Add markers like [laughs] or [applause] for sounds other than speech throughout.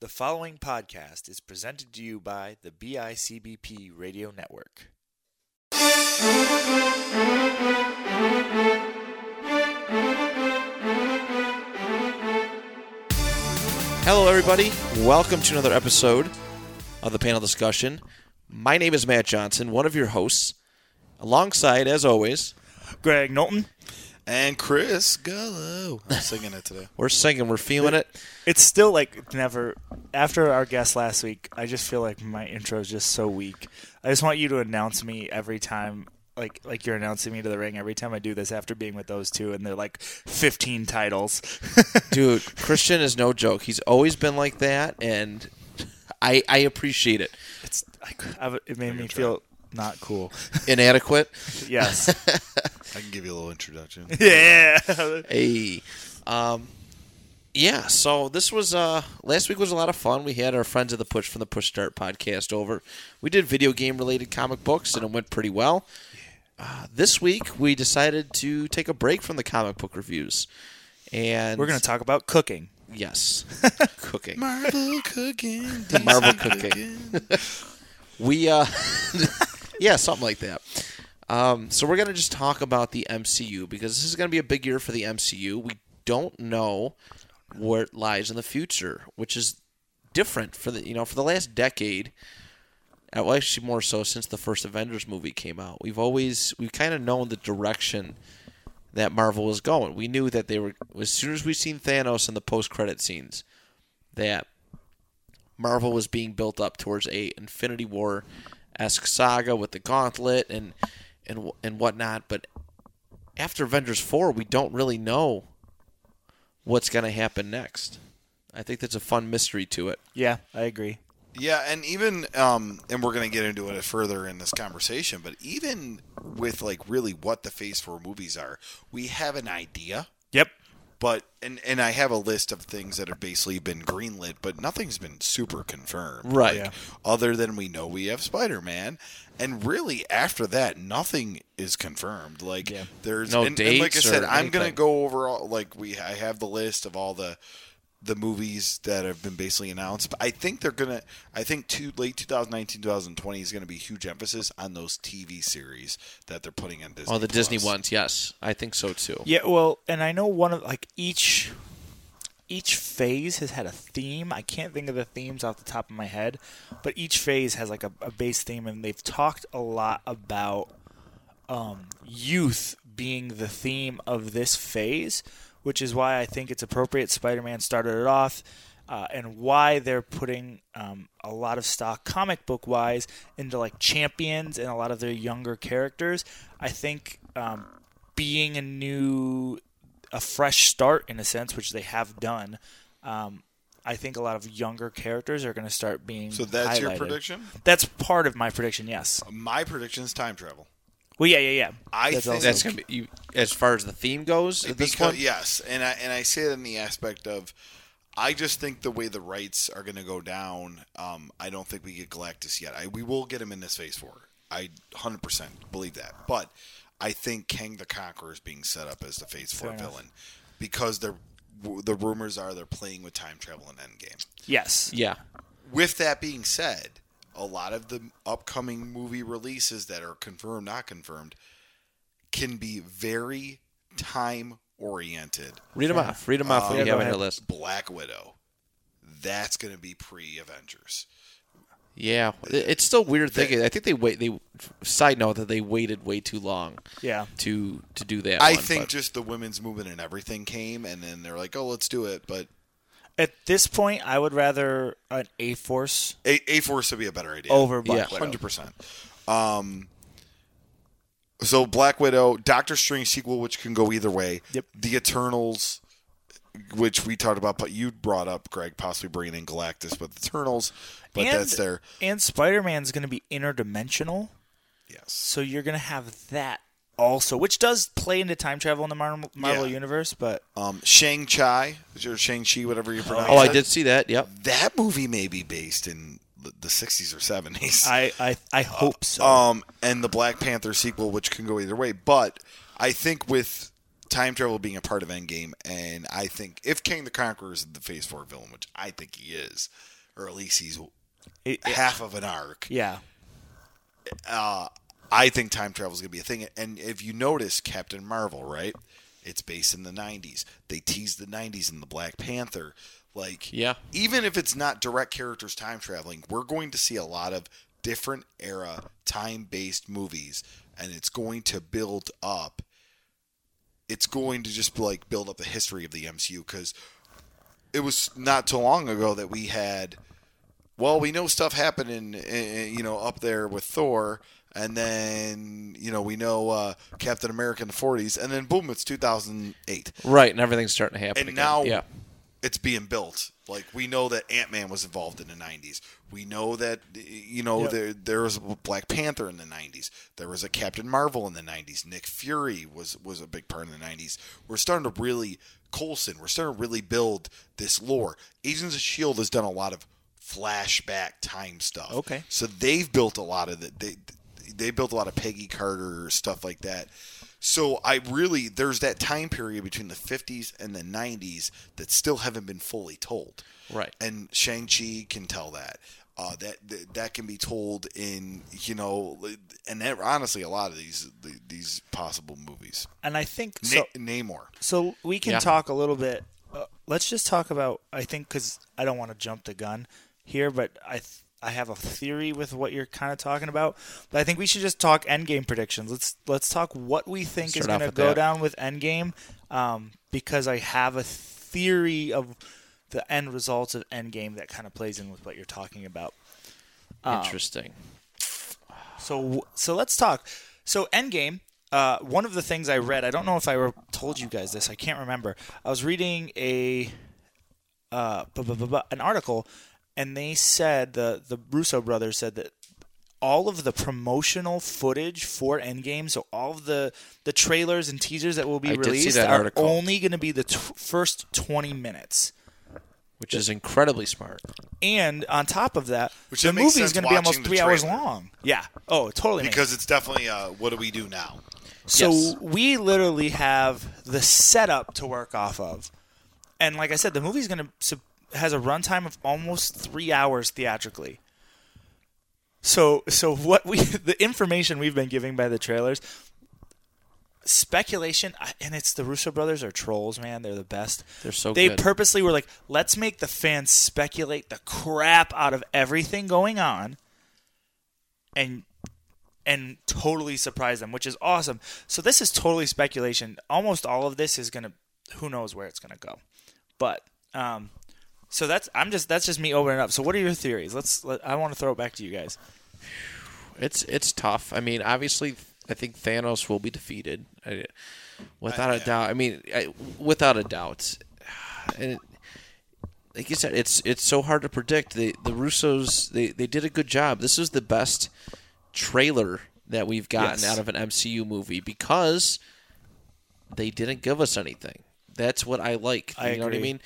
The following podcast is presented to you by the BICBP Radio Network. Hello, everybody. Welcome to another episode of the panel discussion. My name is Matt Johnson, one of your hosts. Alongside, as always, Greg Knowlton. And Chris Gallo. I'm singing it today. we're singing, we're feeling it. It's still like it's never after our guest last week. I just feel like my intro is just so weak. I just want you to announce me every time, like like you're announcing me to the ring every time I do this after being with those two, and they're like 15 titles. [laughs] Dude, Christian is no joke. He's always been like that, and I, I appreciate it. It's I, I, it made me feel not [laughs] cool. Inadequate. [laughs] Yes. I can give you a little introduction. yeah. Hey. Um, yeah, so this was uh last week was a lot of fun. We had our friends of the Push from the Push Start podcast over. We did video game related comic books and it went pretty well. Uh, this week we decided to take a break from the comic book reviews. And We're gonna talk about cooking. [laughs] yes. cooking. [laughs] [laughs] Marvel cooking. Marvel cooking. We uh [laughs] yeah, something like that. Um, so we're gonna just talk about the MCU because this is gonna be a big year for the MCU. We don't know where it lies in the future, which is different for the you know for the last decade. uh, Well, actually, more so since the first Avengers movie came out, we've always we've kind of known the direction that Marvel was going. We knew that they were as soon as we seen Thanos in the post credit scenes that Marvel was being built up towards a Infinity War esque saga with the Gauntlet and and and whatnot. But after Avengers four, we don't really know what's going to happen next. I think that's a fun mystery to it. Yeah, I agree. Yeah, and even um, and we're gonna get into it further in this conversation, but even with like really what the phase four movies are, we have an idea. Yep. But and and I have a list of things that have basically been greenlit, but nothing's been super confirmed. Right. Like, Other than we know we have Spider Man, and really after that, nothing is confirmed. Like Yeah. there's No and, and like I dates said, or I'm gonna anything. go over all like we I have the list of all the the movies that have been basically announced. But I think they're gonna. I think two, late 2019, 2020 is gonna be huge emphasis on those TV series that they're putting on Disney. Oh, the Disney Plus. ones, yes, I think so too. Yeah, well, and I know one of like each each phase has had a theme. I can't think of the themes off the top of my head, but each phase has like a, a base theme, and they've talked a lot about um, youth being the theme of this phase, which is why I think it's appropriate. Spider-Man started it off. Uh, and why they're putting um, a lot of stock comic book wise into like champions and a lot of their younger characters. I think um, being a new, a fresh start in a sense, which they have done. Um, I think a lot of younger characters are going to start being. So that's your highlighted. prediction? That's part of my prediction. Yes. My prediction is time travel. Well, yeah, yeah, yeah. I think also- That's gonna be you, as far as the theme goes. This Because- one, Yes, and I and I say that in the aspect of, I just think the way the rights are going to go down, um, I don't think we get Galactus yet. I, we will get him in this Phase Four. I hundred percent believe that, but I think Kang the Conqueror is being set up as the Phase Four enough. villain because they're. w- The rumors are they're playing with time travel in Endgame. yes. yeah, With that being said, a lot of the upcoming movie releases that are confirmed, not confirmed, can be very time oriented. read them off. Read them off. Yeah, go we have on ahead. your list. Black Widow. That's going to be pre Avengers. Yeah, It- it's still weird thinking. I think they wait. They side note that they waited way too long Yeah. to to do that. I one, think but- just the women's movement and everything came, and then they're like, "Oh, let's do it." But At this point, I would rather an A Force A A Force would be a better idea. over Black Yeah. Widow. hundred percent. Um, so Black Widow, Doctor Strange sequel, which can go either way. Yep. The Eternals, which we talked about, but you brought up Greg possibly bringing in Galactus with Eternals, but And- that's their And Spider Man's going to be interdimensional, yes. so you're going to have that also, which does play into time travel in the Marvel, Marvel Yeah. universe. But Um, Shang Chi or Shang Chi, whatever you pronounce. Oh, I it. did see that. Yep. that movie may be based in the- the 60s or 70s. I, I, I hope so. uh, um, and the Black Panther sequel, which can go either way. But I think with time travel being a part of Endgame, and I think if King the Conqueror is the Phase Four villain, which I think he is, or at least he's It- it- half of an arc, yeah. uh, I think time travel is going to be a thing. And if you notice, Captain Marvel, right? It's based in the 90s. They teased the 90s in the Black Panther. Like, Yeah. even if it's not direct characters time traveling, we're going to see a lot of different era time based movies, and it's going to build up. It's going to just like build up the history of the MCU because it was not too long ago that we had well, we know stuff happened in, in you know up there with Thor, and then you know we know uh, Captain America in the forties, and then boom, it's two thousand eight, Right, and everything's starting to happen. and again. now yeah, it's being built. Like we know that Ant Man was involved in the nineties. We know that you know Yep. there there was a Black Panther in the nineties. There was a Captain Marvel in the nineties. Nick Fury was was a big part in the nineties. We're starting to really Colson. We're starting to really build this lore. Agents of Shield E has done a lot of flashback time stuff. Okay. So they've built a lot of the, they they built a lot of Peggy Carter stuff like that. So I really there's that time period between the 50s and the 90s that still haven't been fully told. Right. And Shang Chi can tell that. Uh, that, that that can be told in you know, and that, honestly, a lot of these these possible movies. And I think Na- so. Namor. So we can Yeah. talk a little bit. Uh, let's just talk about. I think because I don't want to jump the gun here, but I th- I have a theory with what you're kind of talking about. But I think we should just talk Endgame predictions. Let's let's talk what we think is Start off going to with go that. down with Endgame, um, because I have a theory of the end results of Endgame that kind of plays in with what you're talking about. interesting. So so let's talk. So Endgame. Uh, one of the things I read, I don't know if I re- told you guys this. I can't remember. I was reading a uh, bu- bu- bu- bu- an article, and they said the the Russo brothers said that all of the promotional footage for Endgame, so all of the the trailers and teasers that will be I did see released, that are article. only going to be the t- first twenty minutes. Which is incredibly smart. And on top of that, Which the that makes movie is sense going to be watching almost the three hours trailer. long. Yeah. Oh, it totally. makes Because it's definitely uh, what do we do now? So Yes. we literally have the setup to work off of, and like I said, the movie's gonna sup- has a runtime of almost three hours theatrically. So so what we [laughs] the information we've been giving by the trailers, speculation, I- and it's the Russo brothers are trolls, man. They're the best. They're so they good. purposely were like, let's make the fans speculate the crap out of everything going on, and and totally surprise them, which is awesome. So this is totally speculation. Almost all of this is gonna, who knows where it's gonna go, but um, so that's I'm just that's just me opening up. So what are your theories? Let's let, I want to throw it back to you guys. It's it's tough. I mean, obviously, I think Thanos will be defeated, I, without a doubt. I mean, I, without a doubt. And it, like you said, it's it's so hard to predict. The the Russos they they did a good job. This is the best trailer that we've gotten Yes. out of an MCU movie because they didn't give us anything. That's what I like. I you know what I agree. mean?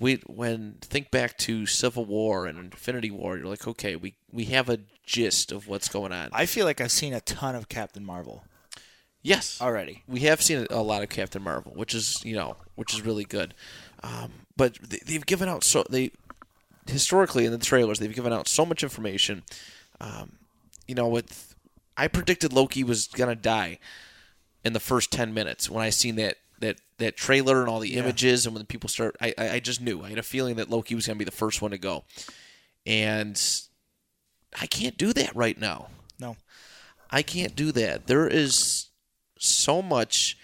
We when think back to Civil War and Infinity War, you're like, okay, we we have a gist of what's going on. I feel like I've seen a ton of Captain Marvel yes, already. we have seen a lot of Captain Marvel, which is you know which is really good. Um, but they, they've given out so they historically in the trailers they've given out so much information. Um, you know, with I predicted Loki was gonna die in the first ten minutes when I seen that that that trailer and all the images and when people start, I I I just knew I had a feeling that Loki was gonna be the first one to go, and I can't do that right now. No, I can't do that. There is so much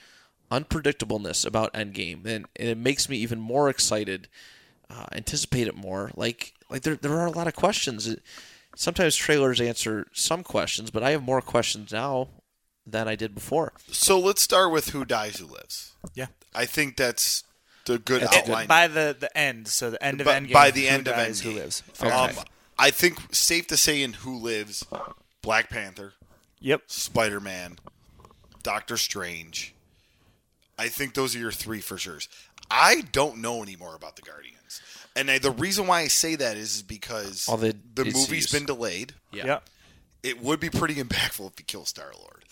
unpredictableness about Endgame, and, and it makes me even more excited, uh, anticipate it more. Like like there there are a lot of questions. It- sometimes trailers answer some questions, but I have more questions now than I did before. So let's start with who dies, who lives. yeah. I think that's the good That's a good- outline. By the the end, so the end of By- Endgame. by the who end of dies, Endgame. who lives? Fair um, enough. I think safe to say in Who Lives, Black Panther, Yep. Spider Man, Doctor Strange. I think those are your three for sure. I don't know anymore about the Guardians, and I, the reason why I say that is because All the the DCs. movie's been delayed. Yeah. Yep. It would be pretty impactful if you kill Star Lord.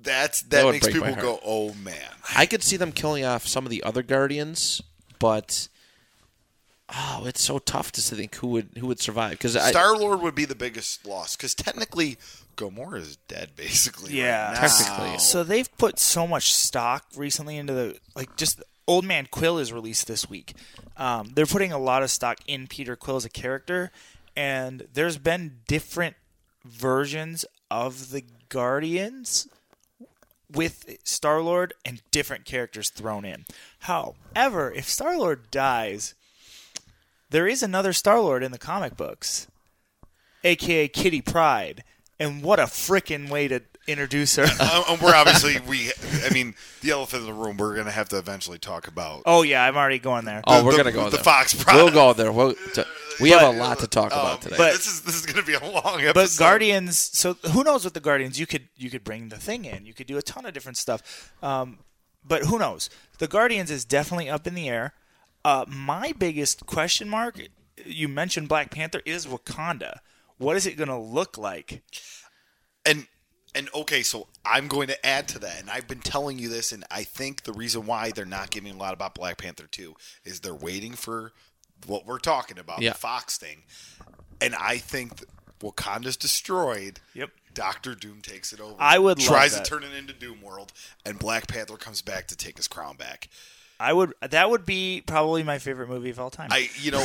That's that, That would makes break my people go, heart. "Oh man." I could see them killing off some of the other Guardians, but oh, it's so tough to think who would who would survive because I Star Lord would be the biggest loss because technically, Gamora is dead basically. right Yeah. now. Technically. So they've put so much stock recently into the like just Old Man Quill is released this week. Um, they're putting a lot of stock in Peter Quill as a character, and there's been different versions of the Guardians with Star Lord and different characters thrown in. However, if Star Lord dies, there is another Star Lord in the comic books, aka Kitty Pride, and what a frickin' way to introduce [laughs] her. Um, um, we're obviously we. I mean, the elephant in the room. We're gonna have to eventually talk about. Oh yeah, I'm already going there. oh the- we're the- gonna go the there. Fox we'll product. go there. We'll, t- we have a lot to talk Um, about today. Oh, but- this is this is gonna be a long episode. But Guardians, so who knows what the Guardians? You could you could bring the thing in. You could do a ton of different stuff. Um, but who knows? The Guardians is definitely up in the air. Uh, my biggest question mark, you mentioned Black Panther, is Wakanda. What is it going to look like? and and okay, so I'm going to add to that, and I've been telling you this, and I think the reason why they're not giving a lot about Black Panther 2 is they're waiting for what we're talking about, Yeah. the Fox thing, and I think th- Wakanda's destroyed. Yep. Doctor Doom takes it over. I would love tries that. to turn it into Doom World, and Black Panther comes back to take his crown back. I would that would be probably my favorite movie of all time. I you [laughs] know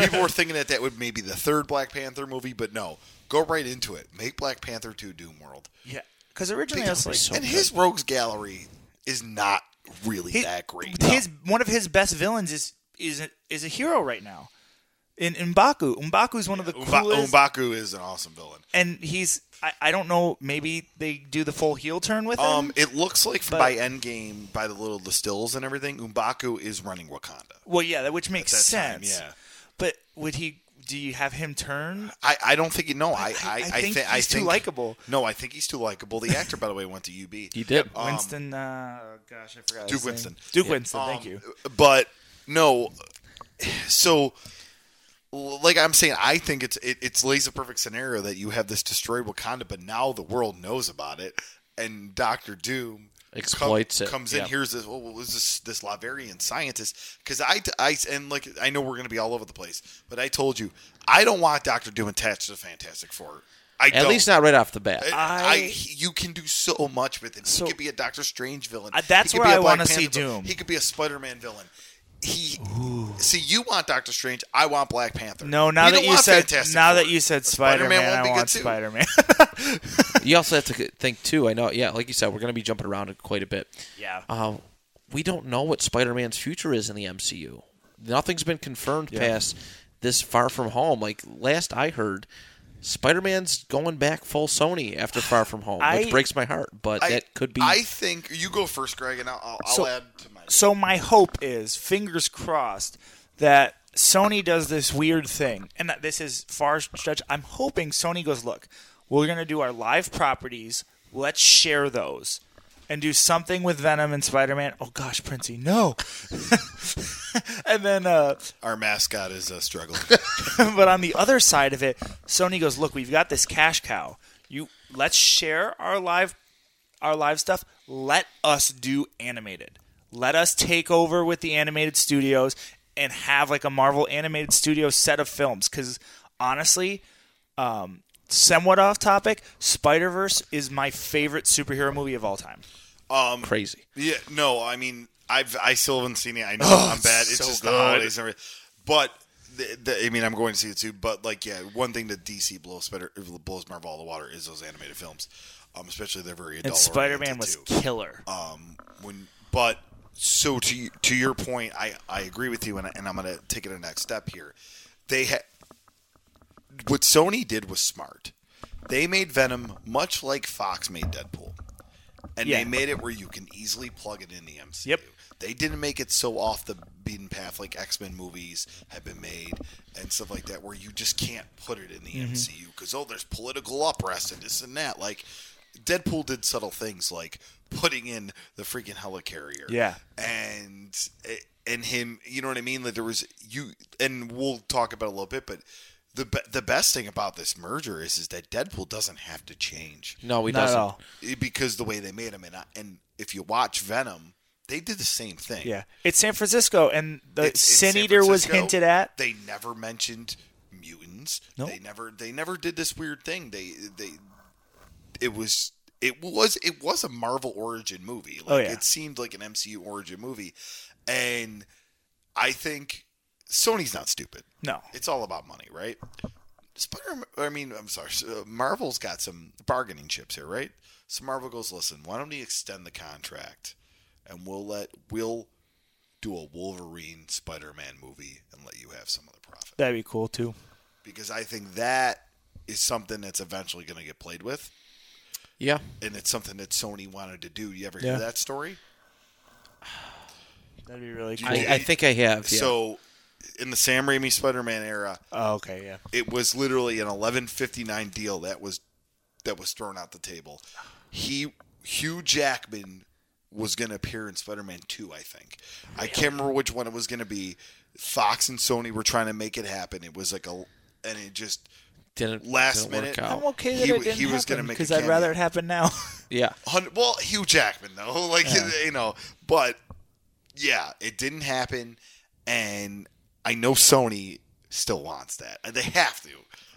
people were thinking that that would maybe the third Black Panther movie, but no, go right into it. Make Black Panther two Doom World, yeah, because originally I was like, so and his Rogues Gallery is not really He- that great. His one of his best villains is is a, is a hero right now. In Mbaku, Mbaku is one of the Umba- coolest, Umbaku is an awesome villain. and he's I, I don't know. Maybe they do the full heel turn with him. Um, it looks like But- by Endgame, by the little the stills and everything, Umbaku is running Wakanda. well, yeah, that which makes that time, sense. yeah. but would he? Do you have him turn? I, I don't think you know. I I, I I think thi- I he's too think- likable. No, I think he's too likable. The actor, by the way, went to [laughs] UB. he did. Um, Winston, uh, oh gosh, I forgot. his Duke name. Winston. Duke Winston. Thank Um, you. But no, so like I'm saying, I think it's it, it's lays a perfect scenario that you have this destroyed Wakanda, but now the world knows about it, and Doctor Doom come- Exploits it, comes yeah. in. Here's this. Oh, what was this this Laverian scientist? Because I, I and like I know we're gonna be all over the place, but I told you I don't want Doctor Doom attached to the Fantastic Four. I At don't. least not right off the bat. I, I- he- you can do so much with him. So- he could be a Doctor Strange villain. Uh, that's He could where be a I Black wanna see Panther villain. Doom. He could be a Spider-Man villain. He see you want Doctor Strange. I want Black Panther. No, now We that don't you want said Fantastic now Four. that you said But Spider-Man Spider Man, won't I be good want too. Spider [laughs] Man. you also have to c- think too. I know. Yeah, like you said, we're going to be jumping around quite a bit. Yeah. Uh, we don't know what Spider-Man's future is in the MCU. Nothing's been confirmed past this Far From Home. Like last I heard, Spider-Man's going back full Sony after Far From Home, I- which breaks my heart. But I, that could be. I think you go first, Greg, and I'll, I'll, I'll So- add to my. so my hope is fingers crossed that Sony does this weird thing and that this is far stretch I'm hoping Sony goes look we're going to do our live properties let's share those and do something with Venom and Spider-Man oh gosh Princey no [laughs] and then uh Our mascot is uh, struggling. [laughs] but on the other side of it, Sony goes, "Look, we've got this cash cow. You let's share our live our live stuff. Let us do animated. Let us take over with the animated studios and have like a Marvel animated studio set of films cuz honestly, um somewhat off topic, Spider-Verse is my favorite superhero movie of all time. Um, crazy. Yeah, no, I mean, I've I still haven't seen it. I know I'm Oh, it's bad. It's so just the good. holidays and everything. But the, the, I mean, I'm going to see it too. But like, yeah, one thing that DC blows better blows Marvel out of the water is those animated films, um, especially they're very And adult. Spider-Man was killer. um, when but so to y- to your point, I I agree with you, and, I- and I'm going to take it a next step here. They had what Sony did was smart. They made Venom much like Fox made Deadpool, and Yeah. they made it where you can easily plug it in the MCU. Yep. They didn't make it so off the beaten path like X Men movies have been made and stuff like that, where you just can't put it in the Mm-hmm. MCU because oh, there's political unrest and this and that. Like Deadpool did subtle things like putting in the freaking helicarrier. Yeah. and and him, you know what I mean? Like there was you, and we'll talk about it a little bit, but the be- the best thing about this merger is is that Deadpool doesn't have to change No, he Not doesn't. at all. It- because the way they made him and I, and if you watch Venom, they did the same thing. Yeah, it's San Francisco, and the It's- it's Sin San Eater was Francisco. hinted at. They never mentioned mutants. Nope. They never they never did this weird thing. They they it was it was it was a Marvel origin movie. Like Oh, yeah. it seemed like an MCU origin movie. And I think Sony's not stupid. No, It's all about money, right? Spider I mean, I'm sorry. uh, Marvel's got some bargaining chips here, right? So Marvel goes, "Listen, why don't we extend the contract and we'll let we'll do a Wolverine Spider-Man movie and let you have some of the profit." that'd be cool too. Because I think that is something that's eventually going to get played with Yeah. and it's something that Sony wanted to do. You ever Yeah. hear that story? That'd be really cool. Well, I, I think I have. Yeah. So in the Sam Raimi Spider-Man era, oh, okay, yeah. it was literally an 1159 deal that was that was thrown out the table. He Hugh Jackman was going to appear in Spider-Man 2, I think. I can't remember which one it was going to be. Fox and Sony were trying to make it happen. It was like a and it just didn't last didn't work minute- out. I'm okay that Oh, He it w- didn't he was gonna happen make a because I'd cameo. rather it happen [laughs] now. Yeah. Hun- Well, Hugh Jackman though, [laughs] like you know, but yeah, it didn't happen, and I know Sony still wants that. They have to.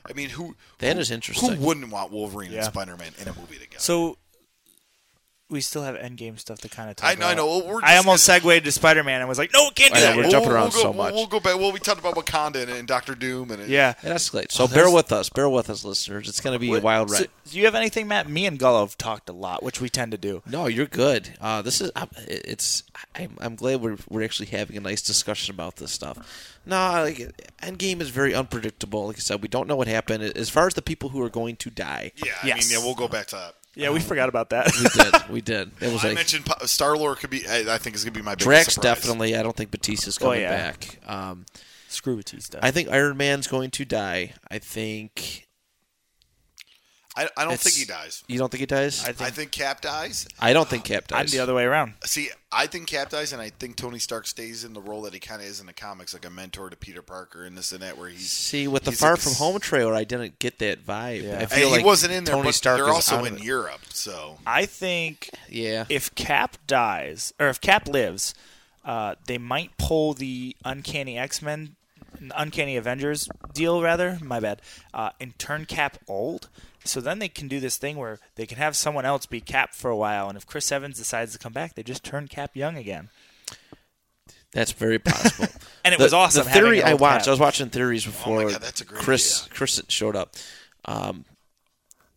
I mean, who That who, is interesting. Who wouldn't want Wolverine Yeah. and Spider Man in a movie together? so we still have Endgame stuff to kind of talk I, about. I know. well, We're I almost discussing- segued to Spider Man and was like, no, can't do I know, [laughs] that. we're we'll- jumping we'll around go- so we'll- much. We'll go back. Well, we talked about Wakanda and, and Doctor Doom and, and yeah. It escalates. So Oh, bear that's- with us. Bear with us, listeners. It's going to be a wild ride. So, do you have anything, Matt? Me and Gullo have talked a lot, which we tend to do. No, you're good. Uh, this is I'm- it's. I'm, I'm glad we're we're actually having a nice discussion about this stuff. No, like Endgame is very unpredictable. Like I said, we don't know what happened as far as the people who are going to die. Yeah, I Yes. mean, yeah, we'll go back to that. Yeah, we forgot about that. We did. We did. It was [laughs] I like mentioned Star Lord could be. I, I think is gonna be my biggest Drax surprise. Oh, definitely. I don't think Batista's coming yeah. back. Um, [laughs] Screw Batista. I think Iron Man's going to die. I think. I, I don't it's- think he dies. You don't think he dies? I I, think, I I think Cap dies, don't think Cap dies. am the other way around. See, I think Cap dies, and I think Tony Stark stays in the role that he kind of is in the comics, like a mentor to Peter Parker and this and that, where he's. See, with the He's Far like a From s- Home trailer, I didn't get that vibe. Yeah. I And feel like he wasn't in there, Tony but Stark they're is also out in of it. Europe, so I think Yeah. if Cap dies, or if Cap lives, uh, they might pull the Uncanny X Men, Uncanny Avengers deal, rather. My bad. Uh, and turn Cap old. So then they can do this thing where they can have someone else be Cap for a while, and if Chris Evans decides to come back, they just turn Cap young again. That's very [laughs] possible. And it was awesome The having theory an I old watched, cat. I was watching theories before Oh God, that's a great Chris idea. Chris showed up. Um,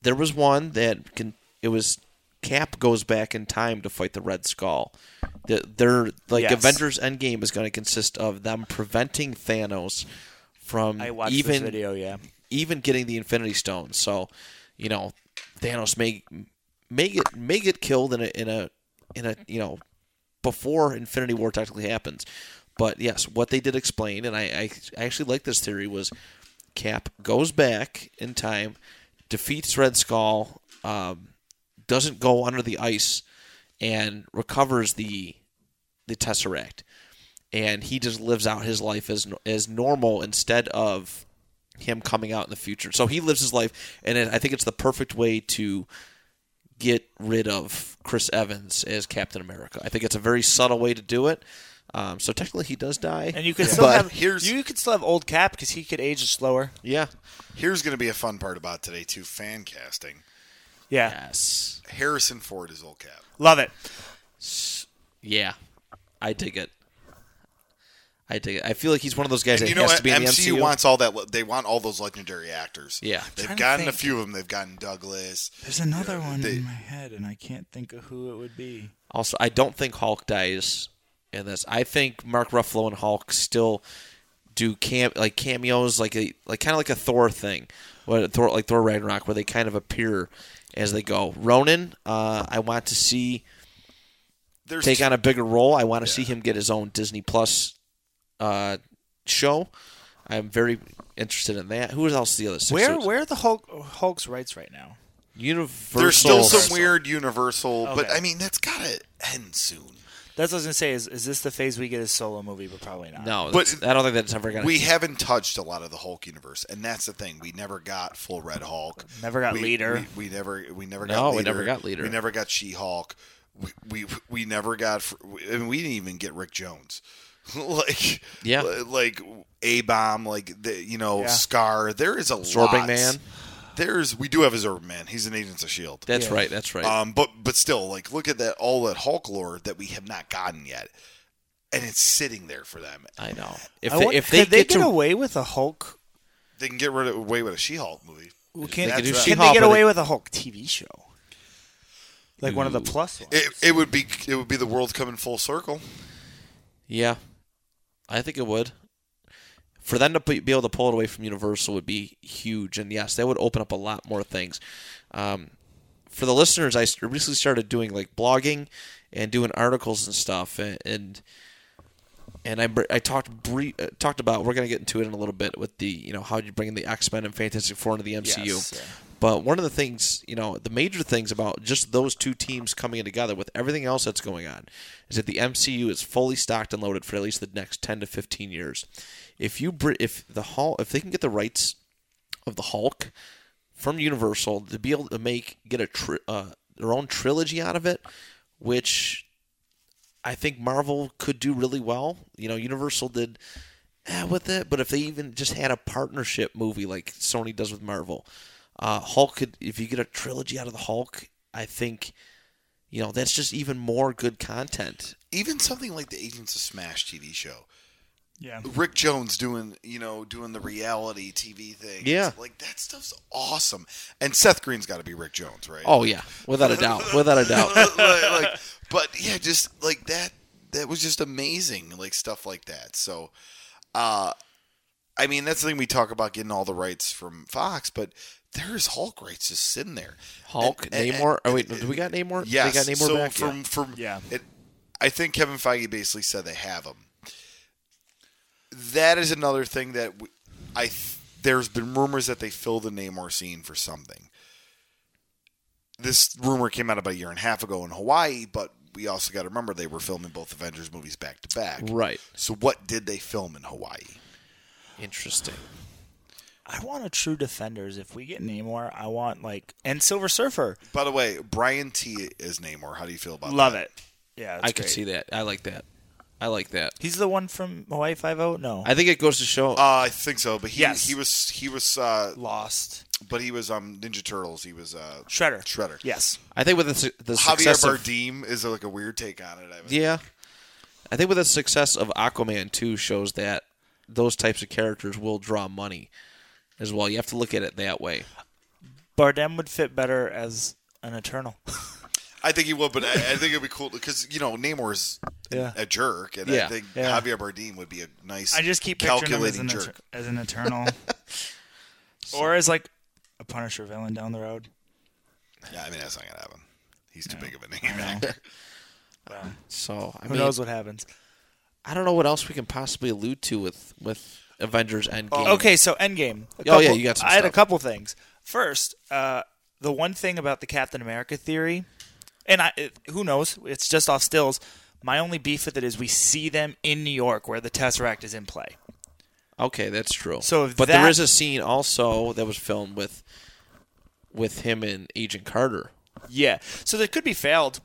there was one that can it was Cap goes back in time to fight the Red Skull. The, they're like Yes. Avengers Endgame is going to consist of them preventing Thanos from I watched even this video, yeah. even getting the Infinity Stone. So, you know, Thanos may may get may get killed in a in a in a you know before Infinity War technically happens. But yes, what they did explain, and I, I, I actually like this theory was Cap goes back in time, defeats Red Skull, um, doesn't go under the ice, and recovers the the Tesseract, and he just lives out his life as as normal instead of him coming out in the future. So he lives his life, and it, I think it's the perfect way to get rid of Chris Evans as Captain America. I think it's a very subtle way to do it. Um, so technically, he does die, And you could still but- have here's- you could still have old Cap because he could age slower. [laughs] yeah, here's going to be a fun part about today too: fan casting. Yeah, yes, Harrison Ford is old Cap. love it. yeah, I dig it. I dig it. I feel like he's one of those guys And that you know has what? to be in the MCU, MCU. wants all that. They want all those legendary actors. Yeah. they've trying to gotten a think. few of them. They've gotten Douglas. There's another one they- in my head, and I can't think of who it would be. Also, I don't think Hulk dies in this. I think Mark Ruffalo and Hulk still do cam like cameos, like a like kind of like a Thor thing, what Thor like Thor Ragnarok, where they kind of appear as they go. Ronan, uh, I want to see There's take on a bigger role. I want to see him get his own Disney Plus uh, show. I'm very interested in that. Who else? The other six? Where There's where are the Hulk Hulk's rights right now? Universal. there's still some Universal. weird Universal, but Okay. I mean that's got to end soon. That's what I was gonna say. Is is this the phase we get his solo movie? But probably not. No, But- that's- I don't think that's ever gonna. We haven't touched a lot of the Hulk universe, and that's the thing. We never got full Red Hulk. Never got we, Leader. We, we never. We never No, got. we Leader. never got Leader. We never got She Hulk. We, we we never got. fr- I mean, we didn't even get Rick Jones. [laughs] like Yeah. li- like a bomb. Like the, you know Yeah. Scar. There is a Absorbing lot. Man. There's we do have Absorbing Man. He's an Agents of Shield. that's Yeah. Uh, right. That's right. E Um, but but still, like look at that all that Hulk lore that we have not gotten yet, and it's sitting there for them. I know. If I they, want- if they could get, they get to, away with a Hulk, They can get rid of, away with a She-Hulk movie. can, could do can She-Hulk, they get but away it- with a Hulk TV show? Like one of the Ooh. plus ones. It, it would be it would be the world coming full circle. yeah, I think it would. For them to be be able to pull it away from Universal would be huge, and yes, that would open up a lot more things. Um, for the listeners, I st- recently started doing like blogging and doing articles and stuff, and and, and I br- I talked brief, uh, talked about we're gonna get into it in a little bit with the you know how you bring in the X Men and Fantastic Four into the MCU. Yes, yeah. But one of the things, you know, the major things about just those two teams coming in together with everything else that's going on is that the MCU is fully stocked and loaded for at least the next 10 to 15 years. If you br- if the Hulk, if they can get the rights of the Hulk from Universal to be able to make get a tri- uh, their own trilogy out of it, which I think Marvel could do really well. You know, Universal did eh, with it, but if they even just had a partnership movie like Sony does with Marvel, uh, Hulk could. If you get a trilogy out of the Hulk, I think you know that's just even more good content. Even something like the Agents of Smash TV show, yeah. Rick Jones doing you know doing the reality TV thing. Yeah. like that stuff's awesome. And Seth Green's got to be Rick Jones, right? Oh yeah, without a doubt, without a doubt. [laughs] like, [laughs] like- but yeah, just like that. That was just amazing, like stuff like that. So, uh, I mean, that's the thing we talk about getting all the rights from Fox, but there's Hulk rights just sitting there. Hulk, And- and- Namor. Oh wait, and- do we got Namor? Yes. they got Namor so back. from Yeah. from Yeah. it, I think Kevin Feige basically said they have him. That is another thing that we, I th- there's been rumors that they fill the Namor scene for something. This rumor came out about a year and a half ago in Hawaii, but we also got to remember they were filming both Avengers movies back to back. Right. So what did they film in Hawaii? Interesting. I want a true defenders. If we get Namor, I want like and Silver Surfer. By the way, Brian T is Namor. How do you feel about Love that? it. Yeah, I could see that. I like that. I like that. He's the one from Hawaii Five O. No, I think it goes to show. Uh, I think so, but he Yes. he was he was uh, Lost but he was um Ninja Turtles. He was uh Shredder. Shredder. Yes. I think with the, su- the Javier success of Bardem is like a weird take on it. I was, Yeah. I think with the success of Aquaman 2 shows that those types of characters will draw money as well. You have to look at it that way. Bardem would fit better as an Eternal. I think he would, but I, I think it'd be cool because you know Namor is Yeah. a jerk, and Yeah. I think Yeah. Javier Bardem would be a nice. I just keep picturing him as calculating an, jerk. eter- as an [laughs] Eternal, or as like a Punisher villain down the road. Yeah, I mean that's not gonna happen. He's too big of a name actor. Well, So, I who mean, knows what happens? I don't know what else we can possibly allude to with with Avengers Endgame. Oh, Okay, so Endgame. A Oh, yeah, you got some I had a stuff. couple things. First, uh, the one thing about the Captain America theory, and I, it, who knows? It's just off stills. My only beef with it is we see them in New York where the Tesseract is in play. Okay, that's true. So if but that- there is a scene also that was filmed with with him and Agent Carter. Yeah. So they could be failed.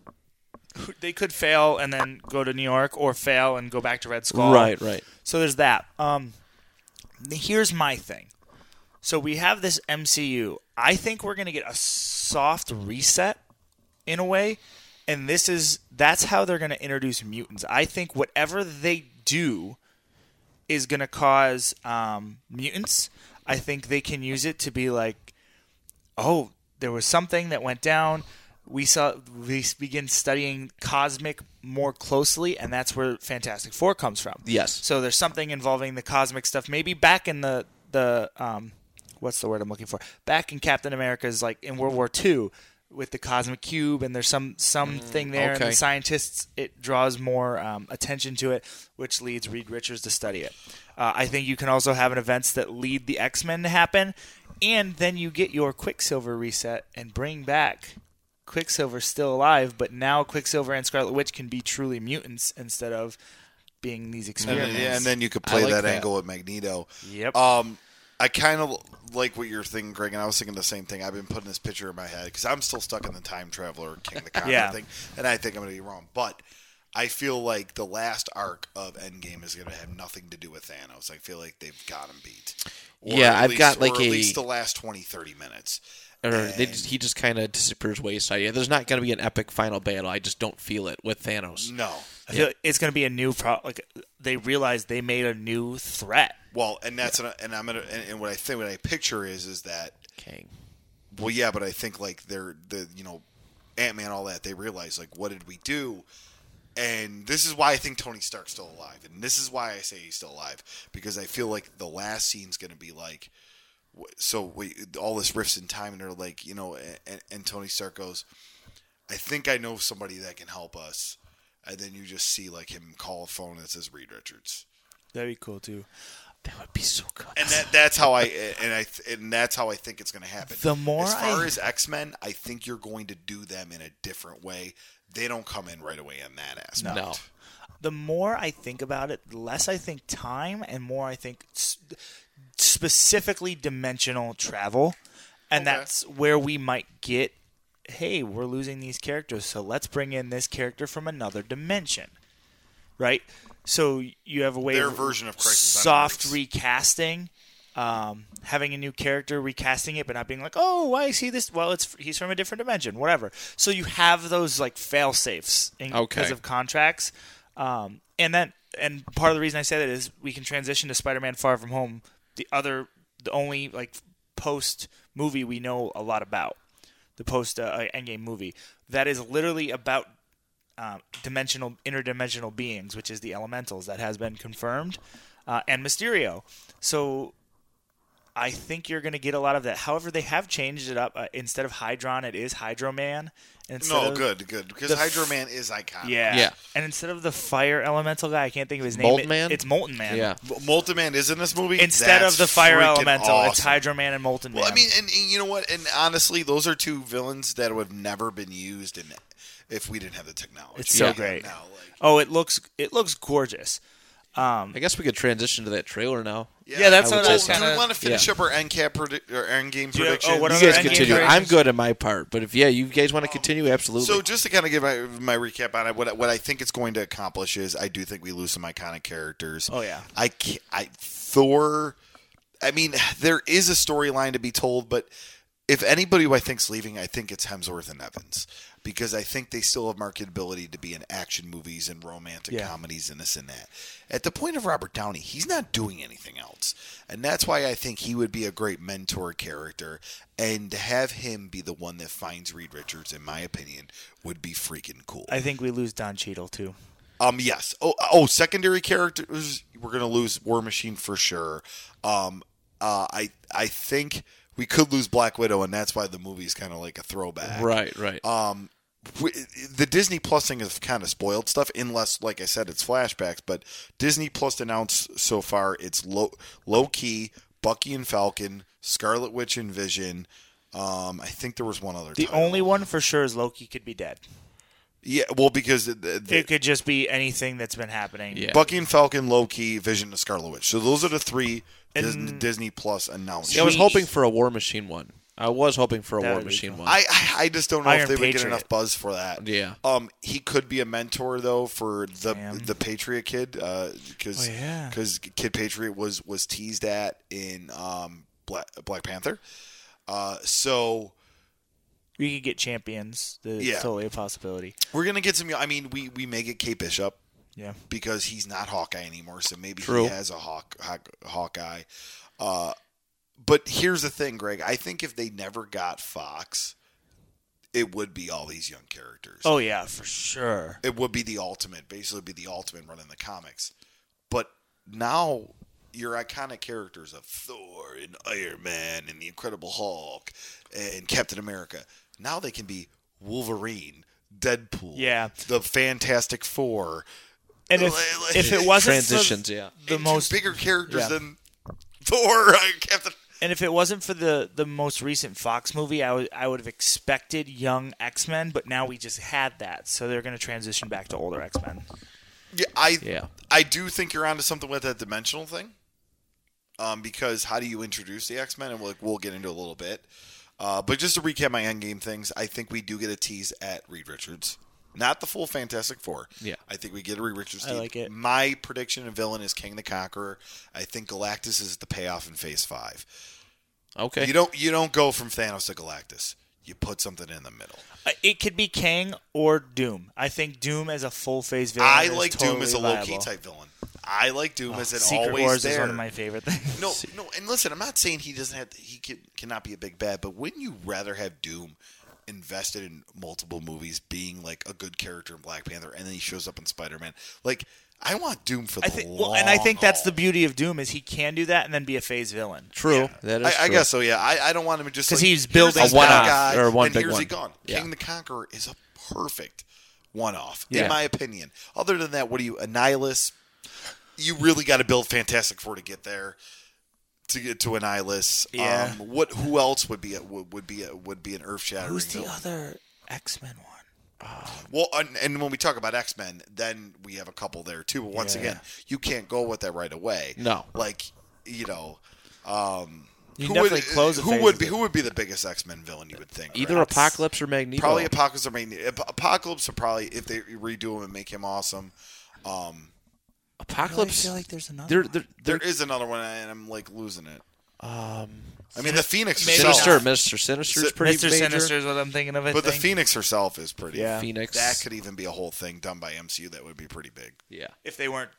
They could fail and then go to New York, or fail and go back to Red Skull. Right, right. So there's that. Um, here's my thing. So we have this MCU. I think we're gonna get a soft reset in a way, and this is that's how they're gonna introduce mutants. I think whatever they do is gonna cause um, mutants. I think they can use it to be like oh, there was something that went down. We saw we begin studying cosmic more closely, and that's where Fantastic Four comes from. Yes. So there's something involving the cosmic stuff. Maybe back in the the um, what's the word I'm looking for? Back in Captain America's like in World War II with the cosmic cube, and there's some something there, and okay. the scientists it draws more um, attention to it, which leads Reed Richards to study it. Uh, I think you can also have an events that lead the X Men to happen, and then you get your Quicksilver reset and bring back Quicksilver's still alive, but now Quicksilver and Scarlet Witch can be truly mutants instead of being these And, experiments. yeah, and then you could I play like that, that. angle at Magneto. Yep. Um, I kind of like what you're thinking, Greg, and I was thinking the same thing. I've been putting this picture in my head because I'm still stuck in the time traveler King [laughs] of the Comet Yeah. thing, and I think I'm going to be wrong. But I feel like the last arc of Endgame is going to have nothing to do with Thanos. I feel like they've got him beat. Yeah, at I've least- got or like at a- least the last 20, 30 minutes. Or they And- just, he just kind of disappears wayside. Yeah, there's not going to be an epic final battle. I just don't feel it with Thanos. No. I feel like it's going to be a new pro. Like they realize they made a new threat. Well, and that's an, and I'm gonna and, and what I think what I picture is is that Kang. Well, yeah, but I think like they're the you know Ant Man, all that. They realize like what did we do, and this is why I think Tony Stark's still alive, and this is why I say he's still alive because I feel like the last scene's gonna be like, wh- so we all this rifts in time, and they're like you know, and, and Tony Stark goes, I think I know somebody that can help us, and then you just see like him call a phone that says Reed Richards. That'd be cool too. That would be so good. And that, that's how I and I and that's how I think it's going to happen. The more as far I- as X Men, I think you're going to do them in a different way. They don't come in right away in that aspect. No. The more I think about it, the less I think time, and more I think s- specifically dimensional travel, and Okay. that's where we might get. Hey, we're losing these characters, so let's bring in this character from another dimension, right? So you have a way Their of version of Crisis on soft Earth. recasting, um, having a new character, recasting it, but not being like, oh, I see this. Well, it's he's from a different dimension, whatever. So you have those like fail safes Okay. because of contracts, um, and then and part of the reason I say that is we can transition to Spider-Man: Far From Home, the other, the only like post movie we know a lot about, the post uh, Endgame movie that is literally about. Um, dimensional interdimensional beings which is the elementals that has been confirmed uh, and mysterio so I think you're going to get a lot of that. However, they have changed it up. Uh, instead of Hydron, it is Hydroman. And instead No, of- good, good. Because the f- Hydro Man is iconic. Yeah. Yeah. And instead of the fire elemental guy, I can't think of his name. Molten It- Man? It's Molten Man. yeah. Molten Man is in this movie. Instead That's of the fire freaking elemental, it's awesome. Hydro Man and Molten Man. Well, I mean, and, and you know what? And honestly, those are two villains that would have never been used in if we didn't have the technology. It's so Yeah. great. Now, like, oh, it looks it looks gorgeous. I guess we could transition to that trailer now. Yeah, that's I would what I say was so. do kind we want of. to finish yeah. up our end cap predi- or end game you have- oh, predictions? what You other guys endgame continue. I'm predictions? good at my part, but if yeah, you guys want to continue, absolutely. So just to kind of give my, my recap on it, what I- what I think it's going to accomplish is I do think we lose some iconic characters. Oh, yeah. I ca- I Thor. I mean, there is a storyline to be told, but if anybody who I think's leaving, I think it's Hemsworth and Evans because I think they still have marketability to be in action movies and romantic Yeah. comedies and this and that. At the point of Robert Downey, he's not doing anything else, and that's why I think he would be a great mentor character. And to have him be the one that finds Reed Richards, in my opinion, would be freaking cool. I think we lose Don Cheadle too. Um, yes. Oh, oh, secondary characters. We're gonna lose War Machine for sure. Um, uh, I I think we could lose Black Widow, and that's why the movie's kind of like a throwback. right, right. Um, w- the Disney Plus thing has kind of spoiled stuff, unless, like I said, it's flashbacks. But Disney Plus announced so far it's low low key Bucky and Falcon, Scarlet Witch and Vision. Um, I think there was one other. The title. only one for sure is Loki could be dead. yeah, well, because the, the, It could just be anything that's been happening. Yeah. Bucky and Falcon, Loki, Vision, and Scarlet Witch. So those are the three Dis- Disney Plus announced. Yeah, I was Jeez. hoping for a War Machine one. I was hoping for a That War would be Machine cool. one. I I- I just don't know Iron if they would get Patriot. enough buzz for that. Yeah. Um, he could be a mentor though for the Sam. the Patriot kid, because Oh, yeah. Kid Patriot was was teased at in um Black Black Panther. Uh, so We could get champions. That's Yeah. totally a possibility. we're gonna get some. I mean, we we may get Kate Bishop Yeah. because he's not Hawkeye anymore. So maybe True. he has a hawk, hawk Hawkeye. Uh, but here's the thing, Greg. I think if they never got Fox, it would be all these young characters. Oh yeah, for sure. It would be the ultimate. Basically, be the ultimate run in the comics. But now your iconic characters of Thor and Iron Man and the Incredible Hulk and Captain America. Now they can be Wolverine, Deadpool, Yeah. the Fantastic Four. And if, Like- if it wasn't for Transitions, yeah. the into most bigger characters yeah. than Thor, [laughs] uh, Captain And if it wasn't for the the most recent Fox movie, I would I would have expected young X Men, but now we just had that, so they're going to transition back to older X Men. Yeah, I Yeah. I do think you're onto something with that dimensional thing. Um, because how do you introduce the X Men? And we'll, we'll get into it a little bit. Uh, but just to recap my Endgame things, I think we do get a tease at Reed Richards, not the full Fantastic Four. Yeah. I think we get a Reed Richards. I tease. like it. My prediction of villain is King the Conqueror. I think Galactus is the payoff in Phase Five. Okay. You don't you don't go from Thanos to Galactus. You put something in the middle. Uh, It could be Kang or Doom. I think Doom as a full phase villain. I is like Doom totally as a low key viable. Oh, type villain. I like Doom as an Secret always Wars there. is one of my favorite things. No, no, and listen, I'm not saying he doesn't have he can, cannot be a big bad, but wouldn't you rather have Doom invested in multiple movies, being like a good character in Black Panther, and then he shows up in Spider Man? Like, I want Doom for [laughs] the I I think, well, and I think that's the beauty of Doom is he can do that and then be a phase villain. True. That is I, I true. guess uh, so. Yeah, I, I don't want him to just 'Cause like, he's here's building this a one-off guy, or one and big here's he one. gone. Yeah. King the Conqueror is a perfect one off, Yeah. in my opinion. Other than that, what do you Annihilus? You really got to build Fantastic Four to get there. To get to Annihilus, Yeah. Um, what? Who else would be a, would, would be a, would be an earth shattering? Who's the other X Men one? Well, and, and when we talk about X Men, then we have a couple there too. But once Yeah. again, you can't go with that right away. No. like you know, um, You definitely would, close the who phase would of be it. who would be the biggest X Men villain? You would think Either right? Apocalypse or Magneto. probably Apocalypse or Magneto. Ap- Apocalypse would probably if they redo him and make him awesome. Um, Apocalypse. I feel like there's another. they're, one. they're, there they're, is another one, and I'm like losing it. um, I mean, the Phoenix Maybe herself, Sinister. Mister Sinister is Si- pretty Mr. major. Sinister is what I'm thinking of. I but the think. Phoenix herself is pretty. Yeah. Phoenix. that could even be a whole thing done by MCU. That would be pretty big. yeah. if they weren't,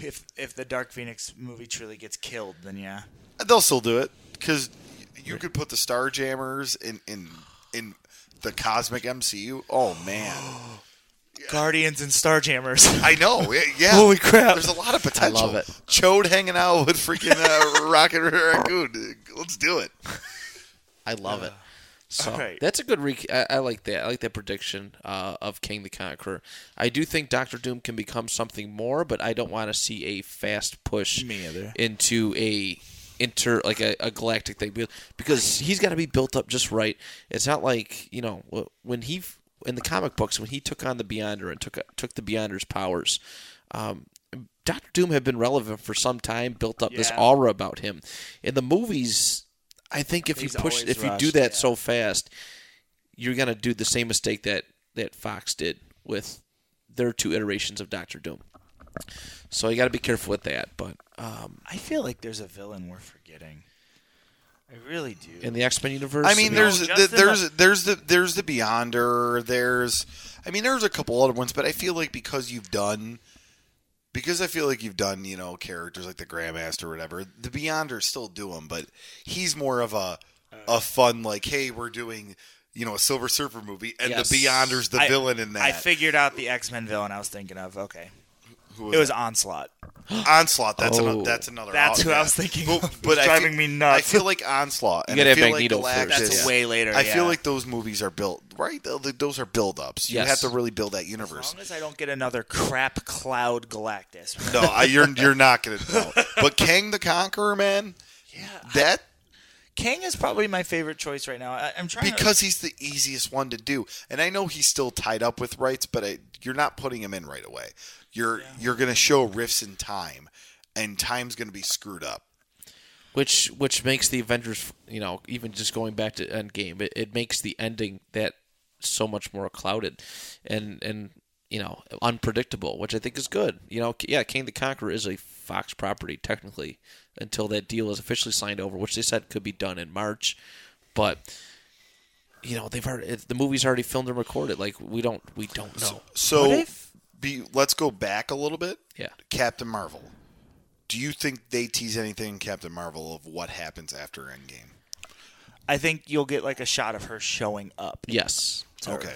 if if the Dark Phoenix movie truly gets killed, then yeah. They'll still do it because you could put the Star Jammers in in in the cosmic MCU. Oh man, Guardians and Starjammers. [gasps] [laughs] I know. Yeah, yeah. Holy crap. There's a lot of potential. love it. Chode hanging out with freaking uh, [laughs] Rocket Raccoon. Let's do it. I love it. So Uh, Alright. that's a good. Re- I, I like that. I like that prediction uh, of King the Conqueror. I do think Doctor Doom can become something more, but I don't want to see a fast push Me either. into a inter like a, a galactic thing be- because he's got to be built up just right. It's not like you know wh- when he f- in the comic books when he took on the Beyonder and took took the Beyonder's powers. Um, Doctor Doom had been relevant for some time, built up this Yeah. aura about him. In the movies, I think if He's you push always if you do rushed, that yeah. so fast, you're gonna do the same mistake that that Fox did with their two iterations of Doctor Doom. So you got to be careful with that. But um, I feel like there's a villain we're forgetting. I really do. in the X Men universe, I mean, there's No, the, just there's enough. there's the there's the Beyonder. There's I mean, there's a couple other ones, but I feel like because you've done because I feel like you've done you know characters like the Grandmaster or whatever. The Beyonder still do them, but he's more of a a fun like, hey, we're doing you know a Silver Surfer movie, and Yes. the Beyonder's the I- villain in that. I figured out the X Men villain I was thinking of. Okay, Who it was Onslaught. Onslaught. That's Oh. another. That's another. That's out- who I yeah. was thinking But, of. but It's I driving feel, me nuts. I feel like Onslaught. and You gotta I feel have Magneto like first. Galactus- That's way later. I feel yeah. like those movies are built right. Th- th- Those are build ups. You Yes. have to really build that As universe. long as I don't get another crap cloud Galactus. [laughs] No, I, you're you're [laughs] not gonna. No. But Kang the Conqueror, man, yeah, that Kang is probably my favorite choice right now. I, I'm trying to, because he's the easiest one to do, and I know he's still tied up with rights, but I, you're not putting him in right away. You're you're gonna show rifts in time, and time's gonna be screwed up. which which makes the Avengers, you know, even just going back to Endgame, it, it makes the ending that so much more clouded and and you know unpredictable, which I think is good. You know, yeah, King the Conqueror is a Fox property technically until that deal is officially signed over, which they said could be done in March, but. You know they've already it, the movie's already filmed and recorded. Like we don't we don't know. So What if- be, let's go back a little bit. Yeah. Captain Marvel. Do you think they tease anything in Captain Marvel of what happens after Endgame? I think you'll get like a shot of her showing up. Yes. Okay.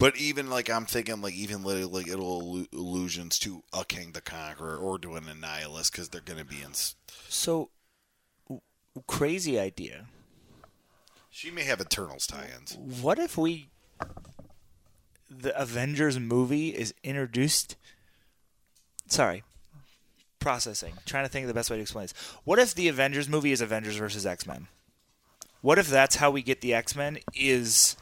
But even like I'm thinking, like even li- like little allu- allusions to a King the Conqueror or to an Annihilus because they're going to be in. s- So w- crazy idea. She may have Eternals tie-ins. What if we the Avengers movie is introduced sorry. processing. Trying to think of the best way to explain this. What if the Avengers movie is Avengers versus X Men? What if that's how we get the X Men? Is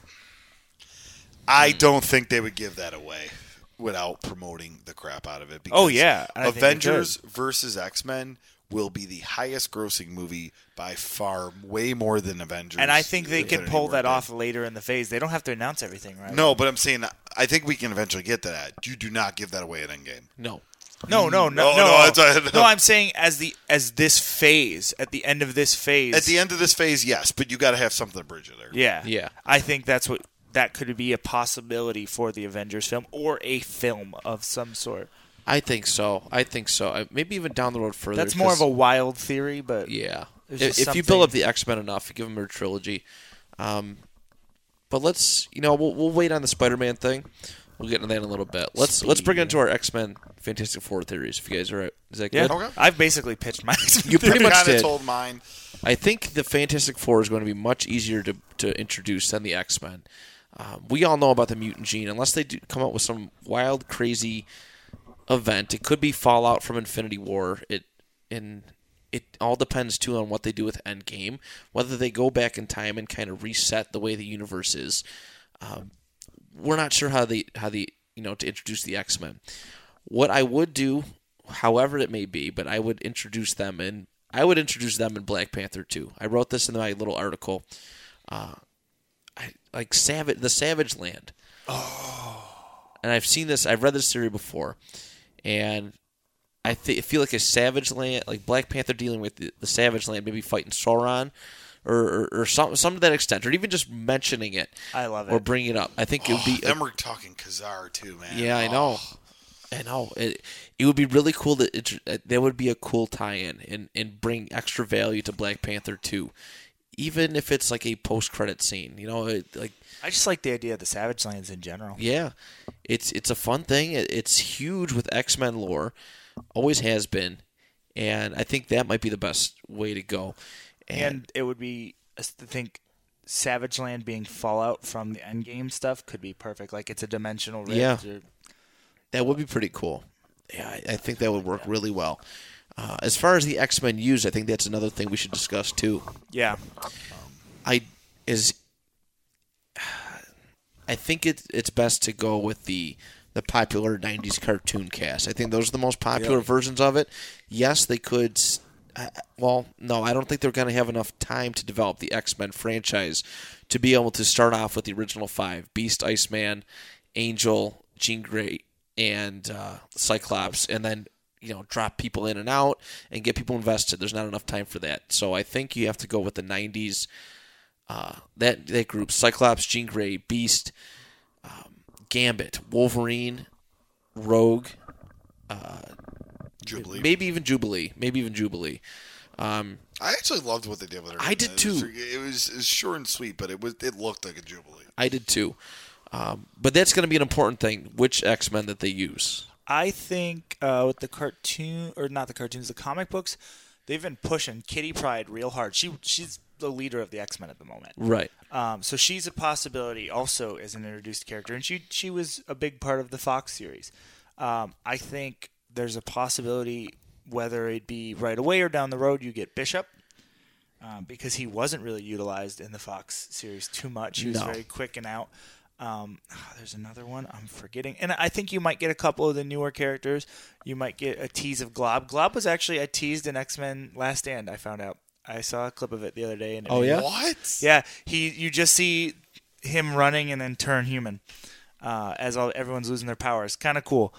Hmm. I don't think they would give that away without promoting the crap out of it. Because Oh, yeah, and I think they Avengers versus X Men will be the highest grossing movie by far, way more than Avengers. and I think they can Infinity pull War that did. off later in the phase. They don't have to announce everything, right? No, but I'm saying I think we can eventually get to that. You do not give that away at Endgame. No. no, no, no, Oh, No, no. no, it's a- no, I'm saying as the as this phase at the end of this phase At the end of this phase, yes, but you got to have something to bridge it there. Yeah. Yeah. I think that's what that could be a possibility for the Avengers film or a film of some sort. I think so. I think so. I, maybe even down the road further. That's more of 'cause- a wild theory, but Yeah. There's If, just if you build something- up the X Men enough, give them a trilogy. Um, but let's you know we'll, we'll wait on the Spider Man thing. We'll get into that in a little bit. Let's let's bring into our X Men Fantastic Four theories. If you guys are right, is that yeah. good? Okay. I've basically pitched my [laughs] You pretty much Kinda did. told mine. I think the Fantastic Four is going to be much easier to, to introduce than the X Men. Um, we all know about the mutant gene, unless they do come up with some wild, crazy event. It could be Fallout from Infinity War. It and it all depends too on what they do with Endgame, whether they go back in time and kind of reset the way the universe is. Um, we're not sure how they how the you know to introduce the X Men. What I would do, however it may be, but I would introduce them in I would introduce them in Black Panther too. I wrote this in my little article. Uh, I like Savage the Savage Land. Oh. And I've seen this. I've read this theory before, and I thi- feel like a Savage Land, like Black Panther dealing with the, the Savage Land, maybe fighting Sauron. Or, or, or some, some to that extent, or even just mentioning it. I love Or it. bringing it up. I think it would be a Then oh, we're talking Kazar too, man. yeah, I know. I know. It it would be really cool to intro- uh, that would be a cool tie-in and and bring extra value to Black Panther 2. Even if it's like a post-credit scene, you know, it, like I just like the idea of the Savage Lands in general. yeah, it's it's a fun thing. It, it's huge with X Men lore, always has been, and I think that might be the best way to go. And it would be I think Savage Land being Fallout from the Endgame stuff could be perfect. Like it's a dimensional rift. Yeah. or- That would be pretty cool. Yeah, I, I think that would work really well. Uh, as far as the X Men used, I think that's another thing we should discuss too. yeah. I is I think it it's best to go with the the popular 90s cartoon cast. I think those are the most popular versions of it. Yes, they could s- I- I- well, no, I don't think they're going to have enough time to develop the X-Men franchise to be able to start off with the original 5, Beast, Iceman, Angel, Jean Grey, and uh, Cyclops and then you know, drop people in and out and get people invested. There's not enough time for that. So I think you have to go with the 90s uh, that that group: Cyclops, Jean Grey, Beast, um, Gambit, Wolverine, Rogue, Oh, Jubilee. maybe even Jubilee, maybe even Jubilee. I actually loved what they did with her. I did, It was- too. It was, it was short and sweet, but it was it looked like a Jubilee. I did too, um, but that's going to be an important thing: which X Men that they use. I think uh, with the cartoon or not the cartoons, the comic books, they've been pushing Kitty Pride real hard. She she's the leader of the X Men at the moment. Right. Um, so she's a possibility also as an introduced character, and she she was a big part of the Fox series. Um, I think there's a possibility whether it be right away or down the road, you get Bishop um, because he wasn't really utilized in the Fox series too much. He was No. very quick and out. Um, ah, there's another one I'm forgetting, and I think you might get a couple of the newer characters. You might get a tease of Glob. Glob was actually I teased in X Men Last Stand. I found out. I saw a clip of it the other day, and it Oh, made me Yeah. What? yeah, he you just see him running and then turn human uh, as all everyone's losing their powers. Kind of cool.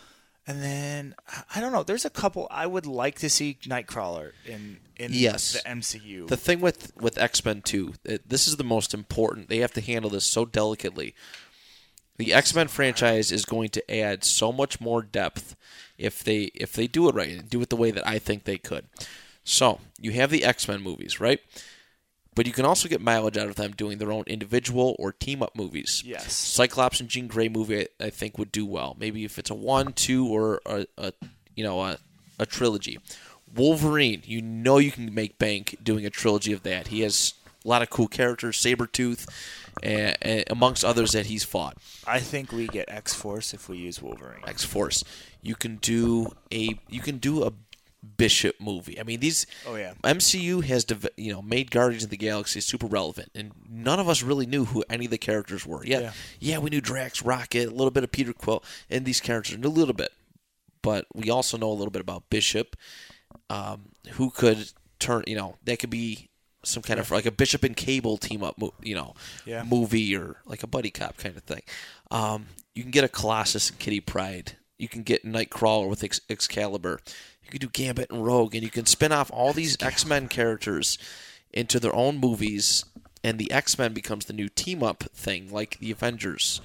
And then I- I don't know. There's a couple I would like to see Nightcrawler in in Yes. the MCU. The thing with with X Men Two, it- this is the most important. They have to handle this so delicately. The X Men franchise is going to add so much more depth if they if they do it right and do it the way that I think they could. So you have the X Men movies, right? But you can also get mileage out of them doing their own individual or team up movies. Yes. Cyclops and Jean Grey movie, I, I think would do well. Maybe if it's a one, two, or a, a you know a, a trilogy. Wolverine, you know you can make bank doing a trilogy of that. He has a lot of cool characters, Sabretooth, and, and amongst others that he's fought. I think we get X Force if we use Wolverine. X Force. You can do a you can do a Bishop movie. I mean, these. Oh, yeah. MCU has deve- you know made Guardians of the Galaxy super relevant, and none of us really knew who any of the characters were. Yeah, yeah, Yeah. we knew Drax, Rocket, a little bit of Peter Quill, and these characters a little bit, but we also know a little bit about Bishop, um, who could turn. You know, that could be some kind of like a Bishop and Cable team up. mo- You know, Yeah. movie or like a buddy cop kind of thing. Um, you can get a Colossus and Kitty Pride. You can get Nightcrawler with Ex- Excalibur. You can do Gambit and Rogue, and you can spin off all these X Men characters into their own movies, and the X Men becomes the new team up thing, like the Avengers.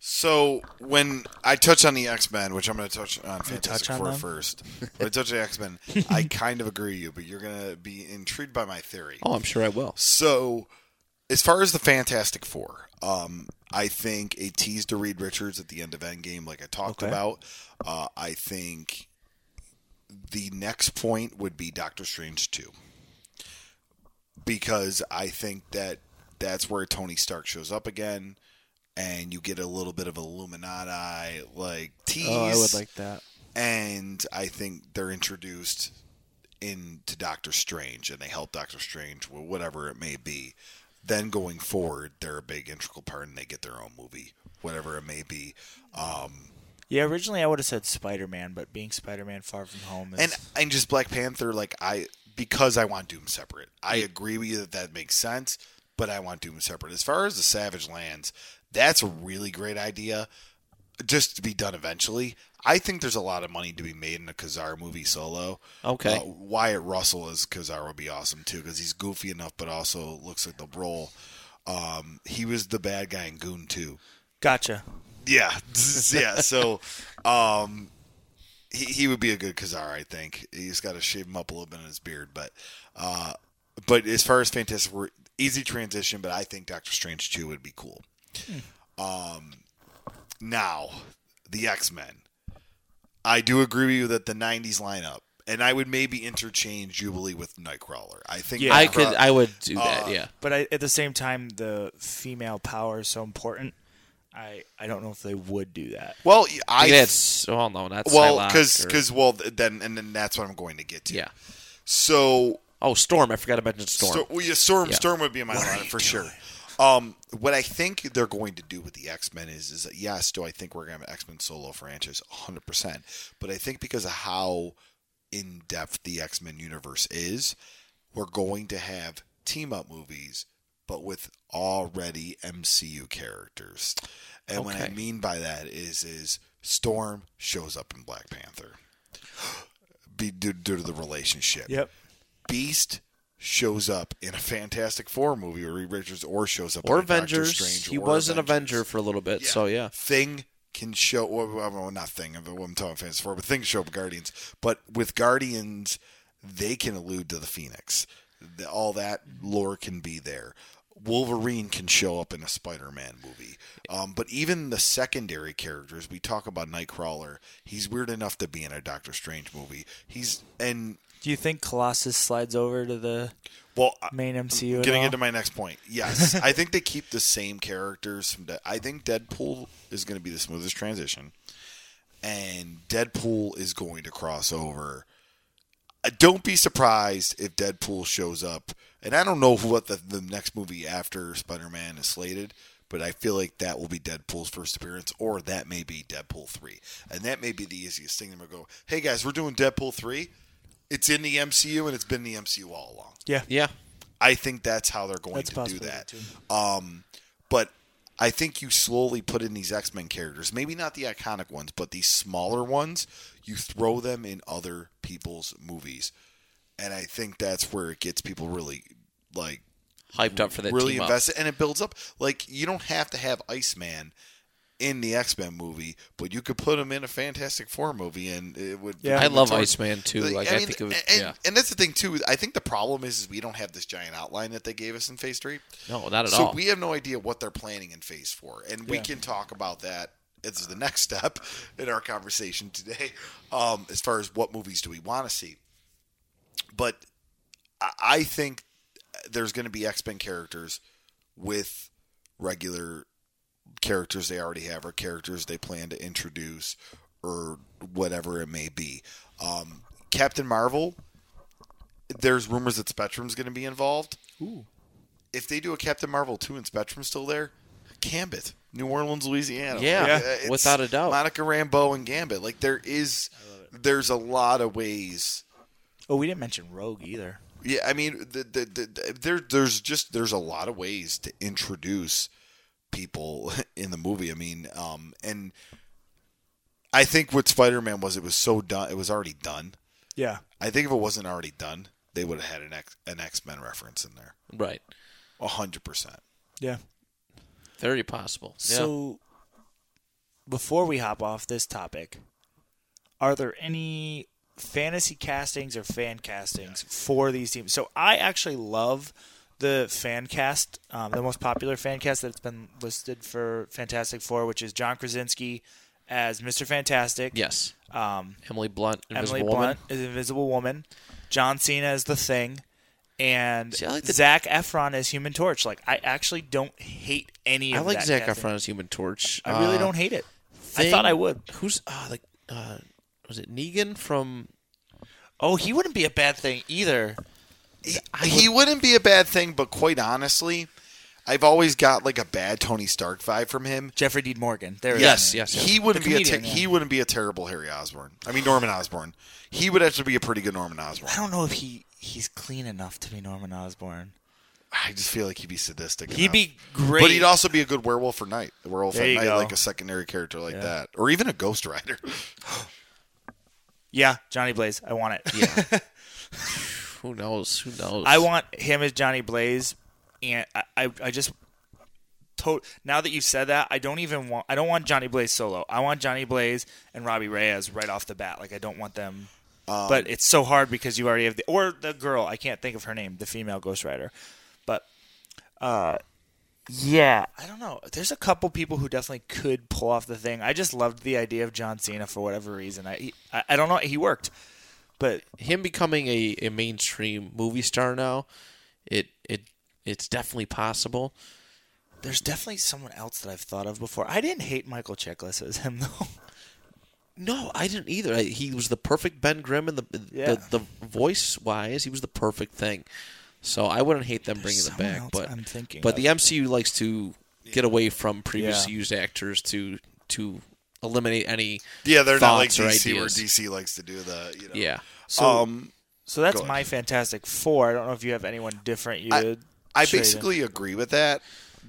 So when I touch on the X Men, which I'm going to touch on Fantastic touch on Four them? [laughs] first, when I touch on X Men, I kind of agree with you, but you're going to be intrigued by my theory. Oh, I'm sure I will. So, as far as the Fantastic Four, um, I think a tease to Reed Richards at the end of Endgame, like I talked Okay. about. Uh, I think the next point would be Doctor Strange two, because I think that that's where Tony Stark shows up again, and you get a little bit of Illuminati like tease Oh, I would like that. and I think they're introduced into Doctor Strange, and they help Doctor Strange with whatever it may be. Then going forward, they're a big integral part, and they get their own movie, whatever it may be. Um, Yeah, originally I would have said Spider Man, but being Spider Man Far From Home is. and and just Black Panther, like I because I want Doom separate. I agree with you that that makes sense, but I want Doom separate. As far as the Savage Lands, that's a really great idea, just to be done eventually. I think there's a lot of money to be made in a Kazar movie solo. Okay. Uh, Wyatt Russell as Kazar would be awesome too because he's goofy enough, but also looks like the role. Um, he was the bad guy in Goon too. gotcha. Yeah, [laughs] yeah. So, um, he he would be a good Kazar, I think. He's got to shave him up a little bit in his beard, but, uh, but as far as Fantastic, Four, easy transition. But I think Doctor Strange two would be cool. Um, now the X Men. I do agree with you that the '90s lineup, and I would maybe interchange Jubilee with Nightcrawler. I think Yeah. I Nightcrawler- could, I would do that. Uh, yeah, But I, at the same time, the female power is so important. I, I don't know if they would do that. well, I I think that's well, oh, no, not well Psylocke because or- well th- then and then that's what I'm going to get to. yeah. So Oh, Storm! I forgot to mention Storm. Stor- well, yeah, Storm. Yeah. Storm would be in my lineup for sure. Um, what I think they're going to do with the X Men is, is that, yes, do I think we're going to have an X Men solo franchise? 100. percent But I think because of how in depth the X Men universe is, we're going to have team up movies, but with already MCU characters. And what I Okay. mean by that is, is Storm shows up in Black Panther. [gasps] Be, due, due to the relationship. Yep. Beast shows up in a Fantastic Four movie or Reed Richards or shows up or in a Doctor Avengers. Strange he or was an Avengers. Avenger for a little bit, so yeah. Thing can show well, well, well, not Thing, I'm I'm talking Fantastic Four, but Thing can show up in Guardians. But with Guardians, they can allude to the Phoenix. The- all that lore can be there. Wolverine can show up in a Spider-Man movie, um, but even the secondary characters we talk about Nightcrawler. He's weird enough to be in a Doctor Strange movie. He's and Do you think Colossus slides over to the well, I- main MCU? at Getting all? into my next point, [laughs] yes, I think they keep the same characters. From De- I think Deadpool is going to be the smoothest transition, and Deadpool is going to cross over. Uh, Don't be surprised if Deadpool shows up, and I don't know who- what the, the next movie after Spider Man is slated, but I feel like that will be Deadpool's first appearance, or that may be Deadpool three, and that may be the easiest thing. They're going to go, "Hey guys, we're doing Deadpool three. It's in the MCU, and it's been the MCU all along." yeah. Yeah. I think that's how they're going That's to do possible, that. too. Um, but I think you slowly put in these X Men characters, maybe not the iconic ones, but these smaller ones. You throw them in other people's movies, and I think that's where it gets people really like Hyped up for that really team up. invested, and it builds up. Like you don't have to have Iceman in the X Men movie, but you could put him in a Fantastic Four movie, and it would. Yeah. I I'm love It's hard- Iceman too. Like I, mean, think it was, and, yeah. and that's the thing too. is I think the problem is, is we don't have this giant outline that they gave us in Phase Three, No, not at so all. we have no idea what they're planning in Phase Four, and we Yeah. can talk about that. It's the next step in our conversation today, um, as far as what movies do we want to see. But I- I think there's going to be X Men characters with regular characters they already have or characters they plan to introduce or whatever it may be. Um, Captain Marvel. There's rumors that Spectrum's going to be involved. Ooh. If they do a Captain Marvel two and Spectrum's still there, Gambit, New Orleans, Louisiana. Yeah, Like, Yeah. uh, it's without a doubt. Monica Rambeau and Gambit. Like there is, there's a lot of ways. Oh, we didn't mention Rogue either. Yeah, I mean, the, the, the, the- there there's just there's a lot of ways to introduce people [laughs] in the movie. I mean, um, and I think what Spider-Man was, it was so done, it was already done. Yeah. I think if it wasn't already done, they would have had an X an X Men reference in there, Right. a hundred percent. Yeah. Very possible. Yeah. So, before we hop off this topic, are there any fantasy castings or fan castings for these teams? So, I actually love the fan cast, um, the most popular fan cast that's been listed for Fantastic Four, which is John Krasinski as Mr. Fantastic. yes. Um, Emily Blunt, Invisible Emily Woman. Blunt is Invisible Woman. John Cena is the Thing, and See, I like the- Zach Efron is Human Torch. Like I actually don't hate any. I of like that Zac casting. Efron as Human Torch. I really Uh, don't hate it. I Thing- thought I would. Who's uh, like uh, was it Negan from? Oh, he wouldn't be a bad thing either. He, he wouldn't be a bad thing, but quite honestly, I've always got like a bad Tony Stark vibe from him. Jeffrey Dean Morgan. There it Yes, is. yes, yes. He wouldn't The be a comedian, ter- yeah. he wouldn't be a terrible Harry Osborn. I mean Norman Osborn. He would actually be a pretty good Norman I Osborn. don't know if he he's clean enough to be Norman Osborn. I just feel like he'd be sadistic. He'd enough. be great. But he'd also be a good werewolf for night. A werewolf There at you night, go. like a secondary character like that, or even a Ghost Rider. [laughs] yeah, Johnny Blaze. I want it. Yeah. who knows? Who knows? I want him as Johnny Blaze, and I, I, I just. To- now that you've said that, I don't even want. I don't want Johnny Blaze solo. I want Johnny Blaze and Robbie Reyes right off the bat. Like I don't want them. but it's so hard because you already have the or the girl. I can't think of her name. The female Ghost Rider, but uh, yeah, I don't know. There's a couple people who definitely could pull off the thing. I just loved the idea of John Cena for whatever reason. I he, I, I don't know. He worked, but him becoming a, a mainstream movie star now. It it it's definitely possible. There's definitely someone else that I've thought of before. I didn't hate Michael Chiklis as him though. [laughs] No, I didn't either. I, he was the perfect Ben Grimm, and the, Yeah. the the voice wise, he was the perfect thing. So I wouldn't hate them There's bringing it someone else back. But I'm thinking but of. the MCU likes to get away from previously Yeah. used actors to to eliminate any. yeah, they're not like thoughts or DC, where ideas. DC likes to do the. You know. Yeah, So, Um, so that's go my Fantastic Four. I don't know if you have anyone different you. I- would I trade in. basically agree with that.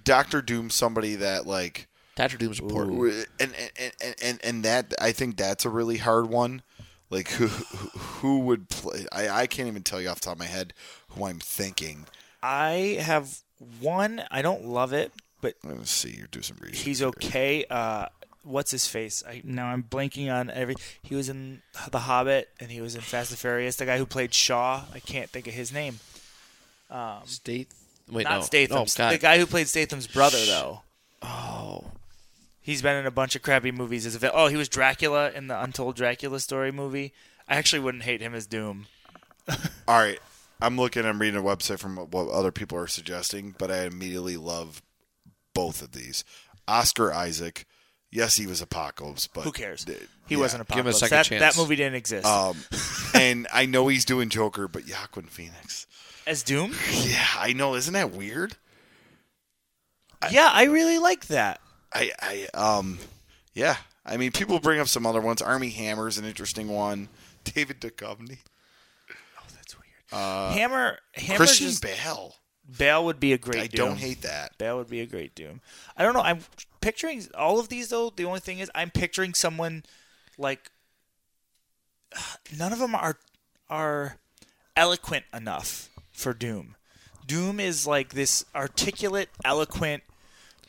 Doctor Doom's somebody that like Doctor Doom's important. and uh, and, and and and that I think that's a really hard one. Like who who who would play? I, I can't even tell you off the top of my head who I'm thinking. I have one. I don't love it, but Let me see. You do some research. he's okay. Uh, what's his face? I, now I'm blanking on every. He was in The Hobbit and he was in Fast and Furious. The guy who played Shaw. I can't think of his name. Stath- Wait, Not no. Statham. Oh, God. the guy who played Statham's brother though. oh, He's been in a bunch of crappy movies as a villain. Oh, he was Dracula in the Untold Dracula Story movie. I actually wouldn't hate him as Doom. All right. I'm looking. I'm reading a website from what other people are suggesting, but I immediately love both of these. Oscar Isaac. Yes, he was Apocalypse, but Who cares? th- He yeah. wasn't a give him a apocalypse. second that, chance. that movie didn't exist. Um, and I know he's doing Joker, but Joaquin [laughs] Phoenix. as Doom? Yeah, I know. Isn't that weird? yeah, I really like that. I, I, um, yeah. I mean, people bring up some other ones. Army Hammer's an interesting one. [laughs] David Duchovny, Oh, that's weird. Hammer, Hammer Christian just, Bale. Bale would be a great I Doom. don't hate that. Bale would be a great Doom. I don't know. I'm picturing all of these though. The only thing is, I'm picturing someone like [sighs] none of them are are eloquent enough for Doom. Doom is like this articulate, eloquent,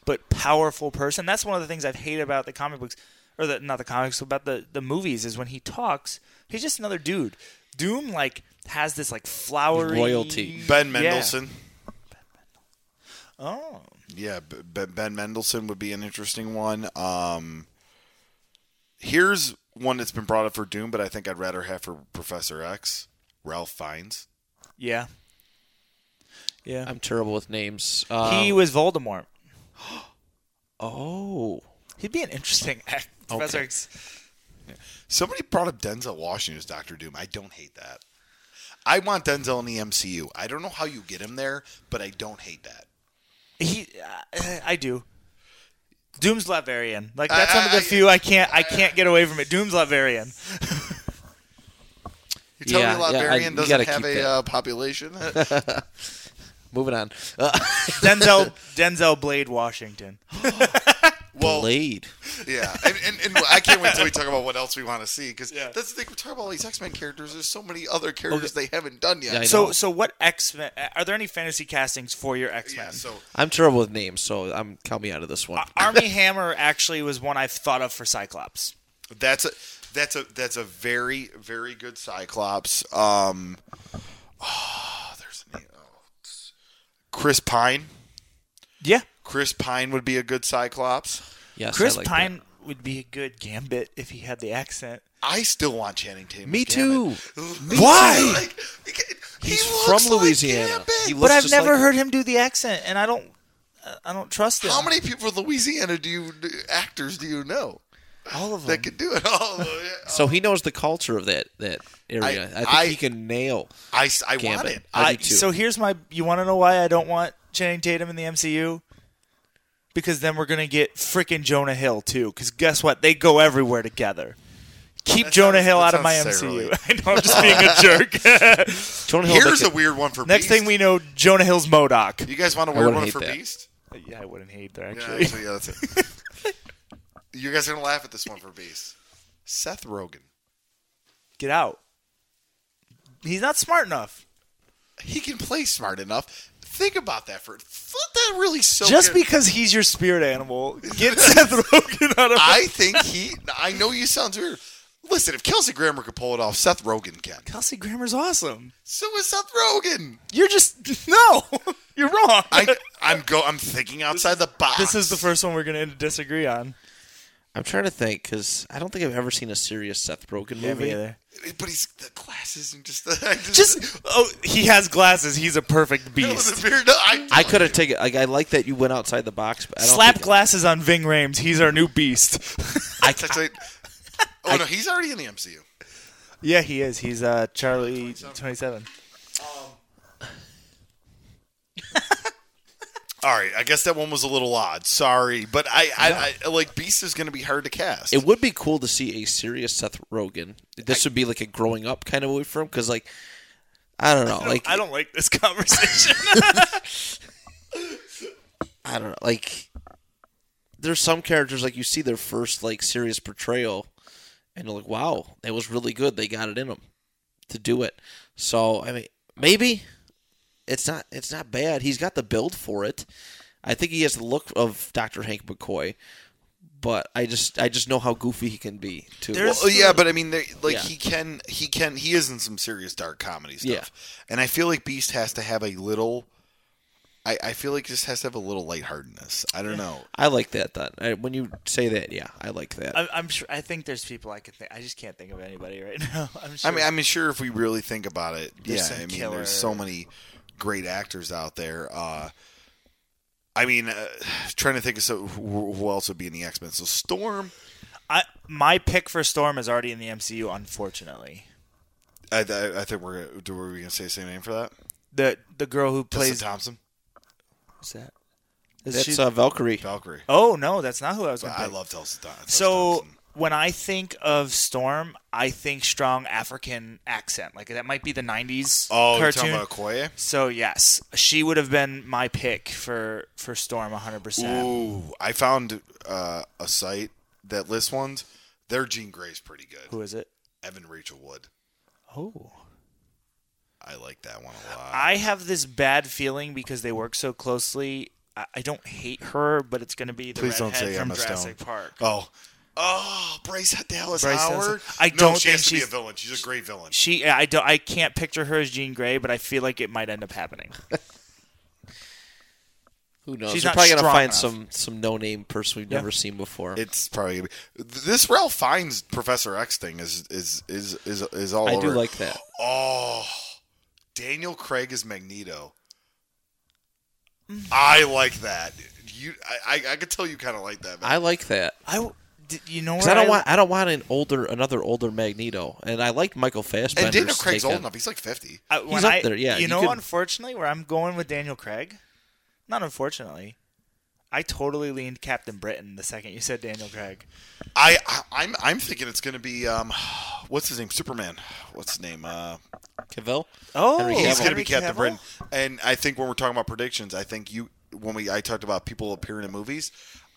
but powerful person. That's one of the things I've hated about the comic books, or the, not the comics, about the the movies is when he talks, he's just another dude. Doom like has this like flowery Royalty. Ben Yeah. Mendelsohn. Oh, Yeah, B- B- Ben Mendelsohn would be an interesting one. Um, here's one that's been brought up for Doom, but I think I'd rather have for Professor X, Ralph Fiennes. yeah, yeah. I'm terrible with names. Um, He was Voldemort. oh, He'd be an interesting [laughs] act, Professor Okay. X. Somebody brought up Denzel Washington as Doctor Doom. I don't hate that. I want Denzel in the MCU. I don't know how you get him there, but I don't hate that. He, uh, I do. Doom's Lavarian. Like that's one of I- the few I can't I can't get away from it. Doom's Lavarian. You tell Yeah, me yeah, I- Lavarian you doesn't gotta have keep a that. [laughs] uh, population? [laughs] Moving on. Uh, Denzel Denzel Blade Washington. well, Blade. yeah. And, and, and I can't wait till we talk about what else we want to see because Yeah. that's the thing. We're talking about all these X Men characters. There's so many other characters they haven't done yet. Yeah, I So know. so what X Men are there any fantasy castings for your X Men? yeah, so I'm terrible with names, so I'm count me out of this one. Army Hammer actually was one I've thought of for Cyclops. That's a that's a that's a very very good Cyclops. Um, [sighs] oh, there's an, oh, it's- Chris Pine. Yeah, Chris Pine would be a good Cyclops. Yes, I Chris like Pine would be a good Gambit if he had the accent. I still want Channing Tatum. Me damn it. [laughs] Why? Like, he He's looks from like Louisiana. Gambit. He But Looks I've just never like- heard him do the accent, and I don't I don't trust him. How many people in Louisiana do you actors do you know All of them. that could do it? All of them, yeah. that. So he knows the culture of that that area. I, think I- he can nail. [laughs] I, s- I want Gambit. it. I I, do too. so here's my. You want to know why I don't want Channing Tatum in the MCU? Because then we're gonna get freaking Jonah Hill too. Because guess what? They go everywhere together. Keep That's Jonah not- Hill out that's of my not necessarily- MCU. [laughs] I know I'm just being a jerk. Jonah Hill Here's make a weird one for Next Beast. thing we know, Jonah Hill's Modoc. you guys want a wouldn't weird one hate for that. Beast? Yeah, I wouldn't hate that Yeah, actually. actually, yeah, that's it. [laughs] you guys are gonna laugh at this one for Beast. Seth Rogen. Get out. He's not smart enough. He can play smart enough. Think about that for. Let that really soak. Just [laughs] in. because he's your spirit animal, get Seth Rogen out of. I think he. I know you sounds weird. Listen, if Kelsey Grammer could pull it off, Seth Rogen can. Kelsey Grammer's awesome. So is Seth Rogen. You're just [laughs] no. You're wrong. [laughs] [laughs] I, I'm go. I'm thinking outside the box. This is the first one we're going to disagree on. I'm trying to think because I don't think I've ever seen a serious Seth Rogen movie. But he's the glasses and just the. [laughs] I just, Just oh, he has glasses. He's a [laughs] perfect No, beast. the beard. No, I, I could have taken. Like, I like that you went outside the box. But I don't Slap think- glasses on Ving Rhames. He's our new beast. [laughs] [laughs] I, actually, oh no, he's already in the MCU. yeah, he is. He's uh, Charlie twenty-seven. All right, I guess that one was a little odd. Sorry, but I, I, I like Beast is going to be hard to cast. It would be cool to see a serious Seth Rogen. This would be like a growing up kind of movie for him because, like, I don't know, like I don't like this [laughs] conversation. I don't know, like there's some characters like you see their first like serious portrayal, and you're like, wow, that was really good. They got it in them to do it. So I mean, maybe it's not it's not bad. He's got the build for it. I think he has the look of Dr. Hank McCoy, but I just I just know how goofy he can be too. There's- Well, oh, yeah, but I mean, they, like Yeah. he can, he can, he is in some serious dark comedy stuff, and I feel like Beast has to have a little. I, I feel like this has to have a little lightheartedness. I don't know. I like that. That I, when you say that, yeah, I like that. I'm, I'm sure. I think there's people I can think. I just can't think of anybody right now. [laughs] I'm sure. I mean, I'm sure if we really think about it, There's yeah. some I mean, killer- there's so many great actors out there. Uh, I mean, uh, trying to think of so, who who else would be in the X Men. So Storm, I, my pick for Storm is already in the MCU. Unfortunately, I, I, I think we're gonna- do. Were we gonna say the same name for that? the the girl who Plays plays Thompson, who's that? Is That's she- uh, Valkyrie. Valkyrie. oh no, that's not who I was. Gonna I pick. love Tulsa Thompson. So when I think of Storm, I think strong African accent. Like that might be the '90s oh, cartoon. you're talking about Okoye? so yes, she would have been my pick for for Storm, 100. percent Ooh, I found uh, a site that lists ones. Their Jean Grey's pretty good. Who is it? Evan Rachel Wood. Oh, I like that one a lot. I have this bad feeling because they work so closely. I, I don't hate her, but it's going to be the Please don't redhead say from Emma Stone. Jurassic Park. Oh. Oh, Bryce Dallas Bryce Dallas- Howard. I no, don't she has think to be a she's- villain. She's a great villain. She, I don't, I can't picture her as Jean Grey, but I feel like it might end up happening. Who knows? She's We're not probably gonna strong find enough. some some no name person we've never seen before. It's probably gonna be, this Ralph Fiennes Professor X thing is is is is is all I over. do like that. Oh, Daniel Craig is Magneto. Mm. I like that. You, I, I, I could tell you kind of like that. man. I like that. I w- d- you know Because where I don't I- want I don't want an older another older Magneto, and I liked Michael Fassbender. And Daniel Craig's old enough. He's like 50. I- when up I- there, yeah, You, you know, could- unfortunately, where I'm going with Daniel Craig, not unfortunately, I totally leaned Captain Britain the second you said Daniel Craig. I, I I'm I'm thinking it's gonna be um, what's his name? Superman. What's his name? Uh, Cavill. Oh, Henry he's Cavill. gonna be Captain Cavill? Britain. And I think when we're talking about predictions, I think you when we I talked about people appearing in movies.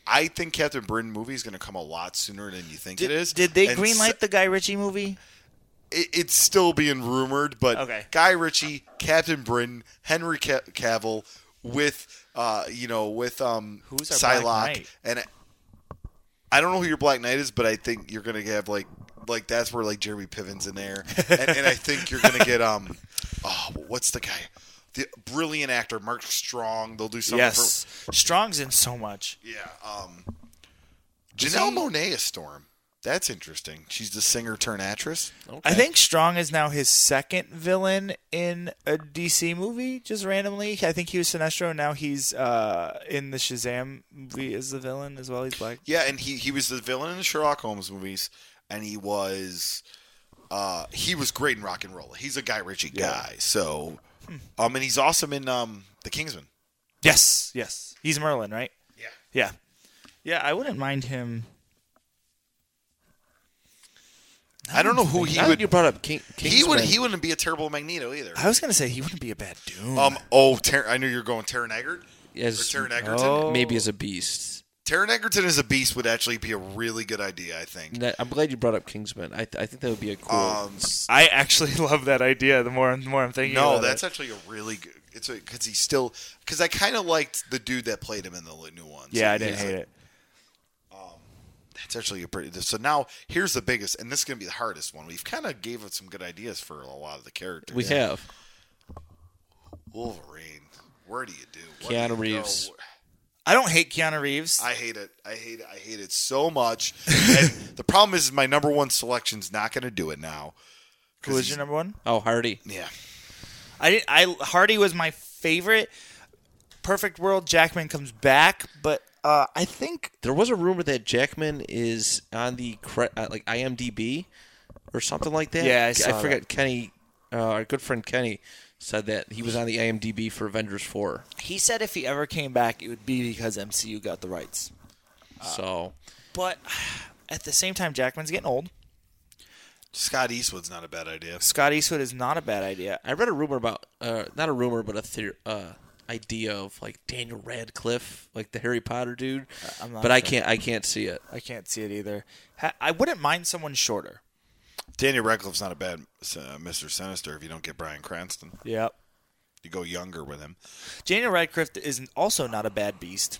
I think Captain Britain movie is going to come a lot sooner than you think Did, it is. did they And greenlight se- the Guy Ritchie movie? it, it's still being rumored, but Okay. Guy Ritchie, Captain Britain, Henry Ca- Cavill, with uh, you know, with um, Who's our Black Psylocke, Knight? and I don't know who your Black Knight is, but I think you're gonna have like like that's where like Jeremy Piven's in there, and, and I think you're gonna get um, [laughs] oh, what's the guy? The brilliant actor Mark Strong. They'll do something. Yes, Strong's in so much. For, yeah. Um, Janelle Monet is Storm. That's interesting. She's the singer turned actress. I think Strong is now his second villain in a DC movie, just randomly. I think he was Sinestro, and now he's uh, in the Shazam movie as the villain as well. He's black. Yeah, and he he was the villain in the Sherlock Holmes movies, and he was uh he was great in rock and roll. He's a Guy Ritchie guy. So um and he's awesome in um The Kingsman. Yes, yes, he's Merlin, right? Yeah. Yeah. Yeah, I wouldn't mind him. I don't know who he Now that would you brought up King. he Kingsman, would he wouldn't be a terrible Magneto either. I was going to say he wouldn't be a bad Doom. Um oh Ter- I knew you were going Taron Eggert. as- or Taron Egerton. Oh. maybe as a beast. Taron Egerton as a beast would actually be a really good idea, I think. That- I'm glad you brought up Kingsman. I, th- I think that would be a cool. Um I actually [laughs] love that idea the more the more I'm thinking no, about that's it. actually a really good. It's because he's still because I kind of liked the dude that played him in the new one. Yeah, I He's didn't like- hate it. That's actually a pretty. So now here's the biggest, and this is gonna be the hardest one. We've kind of gave it some good ideas for a lot of the characters. we have Wolverine. Where do you do? Where Keanu do you go? Reeves. I don't hate Keanu Reeves. I hate it. I hate it. I hate it so much. and [laughs] the problem is, my number one selection's not gonna do it now. Who 'Cause is he's- your number one? oh Hardy. Yeah. I didn't, I Hardy was my favorite. Perfect World Jackman comes back, but uh, I think There was a rumor that Jackman is on the cre- uh, like IMDb or something like that. Yeah, I saw forget. Kenny, uh, our good friend Kenny, said that he was on the IMDb for Avengers Four. he said if he ever came back, it would be because MCU got the rights. Uh, so But [sighs] at the same time, Jackman's getting old. Scott Eastwood's not a bad idea. Scott Eastwood is not a bad idea. I read a rumor about uh, not a rumor, but a theor uh, idea of like Daniel Radcliffe, like the Harry Potter dude. I'm not but I sure. can't. I can't see it. I can't see it either. Ha- I wouldn't mind someone shorter. Daniel Radcliffe's not a bad uh, Mr. Sinister if you don't get Brian Cranston. Yep. You go younger with him. Daniel Radcliffe is also not a bad beast.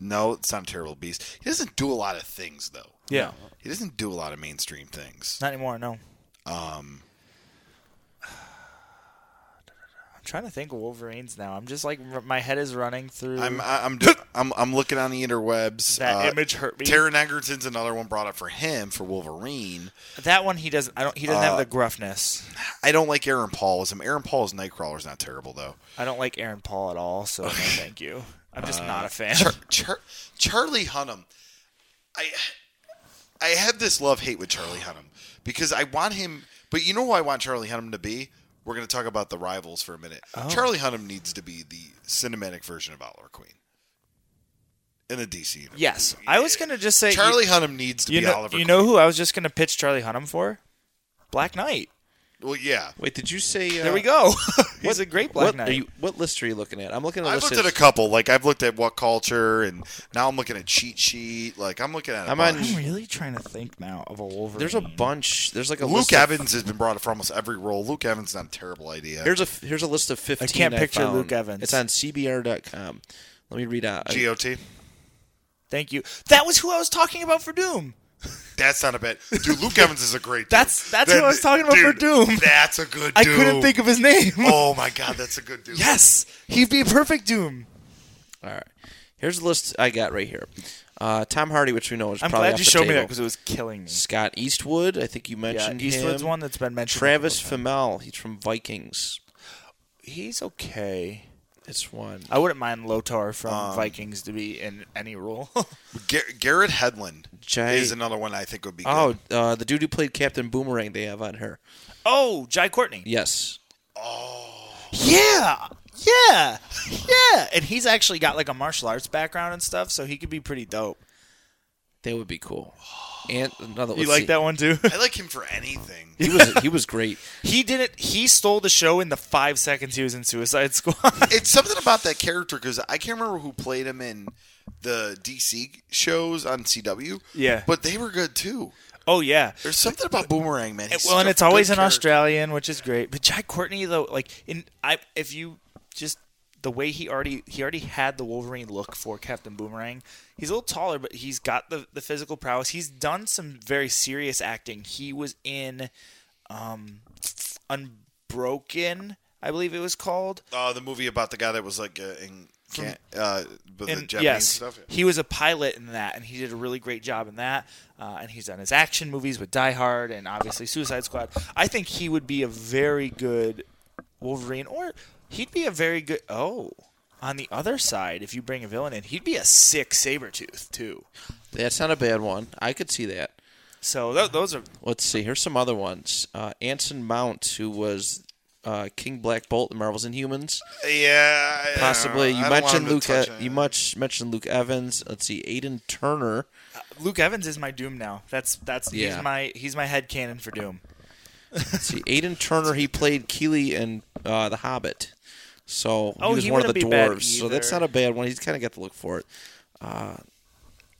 No, it's not a terrible beast. He doesn't do a lot of things though. Yeah. He doesn't do a lot of mainstream things. Not anymore, no. Um I'm trying to think of Wolverines now. I'm just like r- my head is running through I'm uh, I- I'm I'm I'm looking on the interwebs. Mm. uh, That image hurt me. Taron Egerton's another one brought up for him for Wolverine. that one he doesn't I don't he doesn't uh, have the gruffness. I don't like Aaron Paul as him. Aaron Paul's Nightcrawler's not terrible though. I don't like Aaron Paul at all, so no, thank you. I'm just not a fan. Uh, Char- Char- Charlie Hunnam, I I have this love hate with Charlie Hunnam because I want him, but you know who I want Charlie Hunnam to be. We're going to talk about the rivals for a minute. Oh. Charlie Hunnam needs to be the cinematic version of Oliver Queen in the DC universe. Yes. I was going to just say Charlie Hunnam needs to you, you be know, Oliver. you Queen. know who I was just going to pitch Charlie Hunnam for? Black Knight. Well, yeah. Wait, did you say? Uh, There we go. [laughs] He's a great Black what, Knight. are you, what list are you looking at? I'm looking at. a I've list looked at a that's- couple. Like I've looked at what culture, and now I'm looking at cheat sheet. Like I'm looking at. i I'm on- I'm really trying to think now of a Wolverine. There's a bunch. There's like a Luke list Of, Evans has been brought up for almost every role. Luke Evans not a terrible idea. here's a here's a list of 15. can't picture found. Luke Evans. It's on CBR.com. Let me read out. GOT. Thank you. That was who I was talking about for Doom. That's not [laughs] a bad. Dude, Luke Evans is a great. Dude. That's- that's who I was talking about for dude, Doom. [laughs] That's a good. Doom. [laughs] I couldn't think of his name. Oh my god, that's a good [laughs] dude. Yes, he'd be a perfect Doom. All right. Here's the list I got right here. Uh, Tom Hardy, which we know is I'm probably glad off you the showed me that table. because it was killing me. Scott Eastwood, I think you Yeah, mentioned Eastwood's him. one that's been mentioned. Travis Fimmel, he's from Vikings. he's okay. It's one. I wouldn't mind Lotar from Um, Vikings to be in any role. [laughs] Gar- Garrett Hedlund Jay- is another one I think would be Oh, good. uh, the dude who played Captain Boomerang they have on her. oh, Jai Courtney. Yes. Yeah. Yeah. Yeah. And he's actually got like a martial arts background and stuff, so he could be pretty dope. They would be cool. And another You like that one too? [laughs] I like him for anything. He was he was great. he didn't he stole the show in the 5 seconds he was in Suicide [laughs] Squad. it's something about that character because I can't remember who played him in the DC shows on CW. Yeah. but they were good too. oh yeah. There's something about Boomerang Man. He's well, such and a it's always good an character. Australian, which is great. But Jack Courtney though, like in I if you just the way he already he already had the Wolverine look for Captain Boomerang. He's a little taller, but he's got the the physical prowess. He's done some very serious acting. He was in um Unbroken, I believe it was called. Uh, the movie about the guy that was like uh, in can, uh, with the And Japanese yes, stuff. he was a pilot in that, and he did a really great job in that. Uh, and he's done his action movies with Die Hard and obviously Suicide Squad. I think he would be a very good Wolverine, or he'd be a very good. Oh, on the other side, if you bring a villain in, he'd be a sick saber tooth too. That's not a bad one. I could see that. So th- those are Let's see. Here's some other ones. Uh, Anson Mount, who was uh, King Black Bolt in Marvels and Humans, Yeah, I- I don't possibly. know. You Uh, I don't want mentioned him Luke. to E- touch on you it. much mentioned Luke Evans. Let's see. Aiden Turner. Luke Evans is my Doom now. That's that's Yeah. he's my he's my head cannon for Doom. Let's see. Aiden Turner. He played Keeley in uh, The Hobbit. So Oh, he was he one of the wouldn't be bad dwarves. So that's either. not a bad one. He's kind of got to look for it. Uh,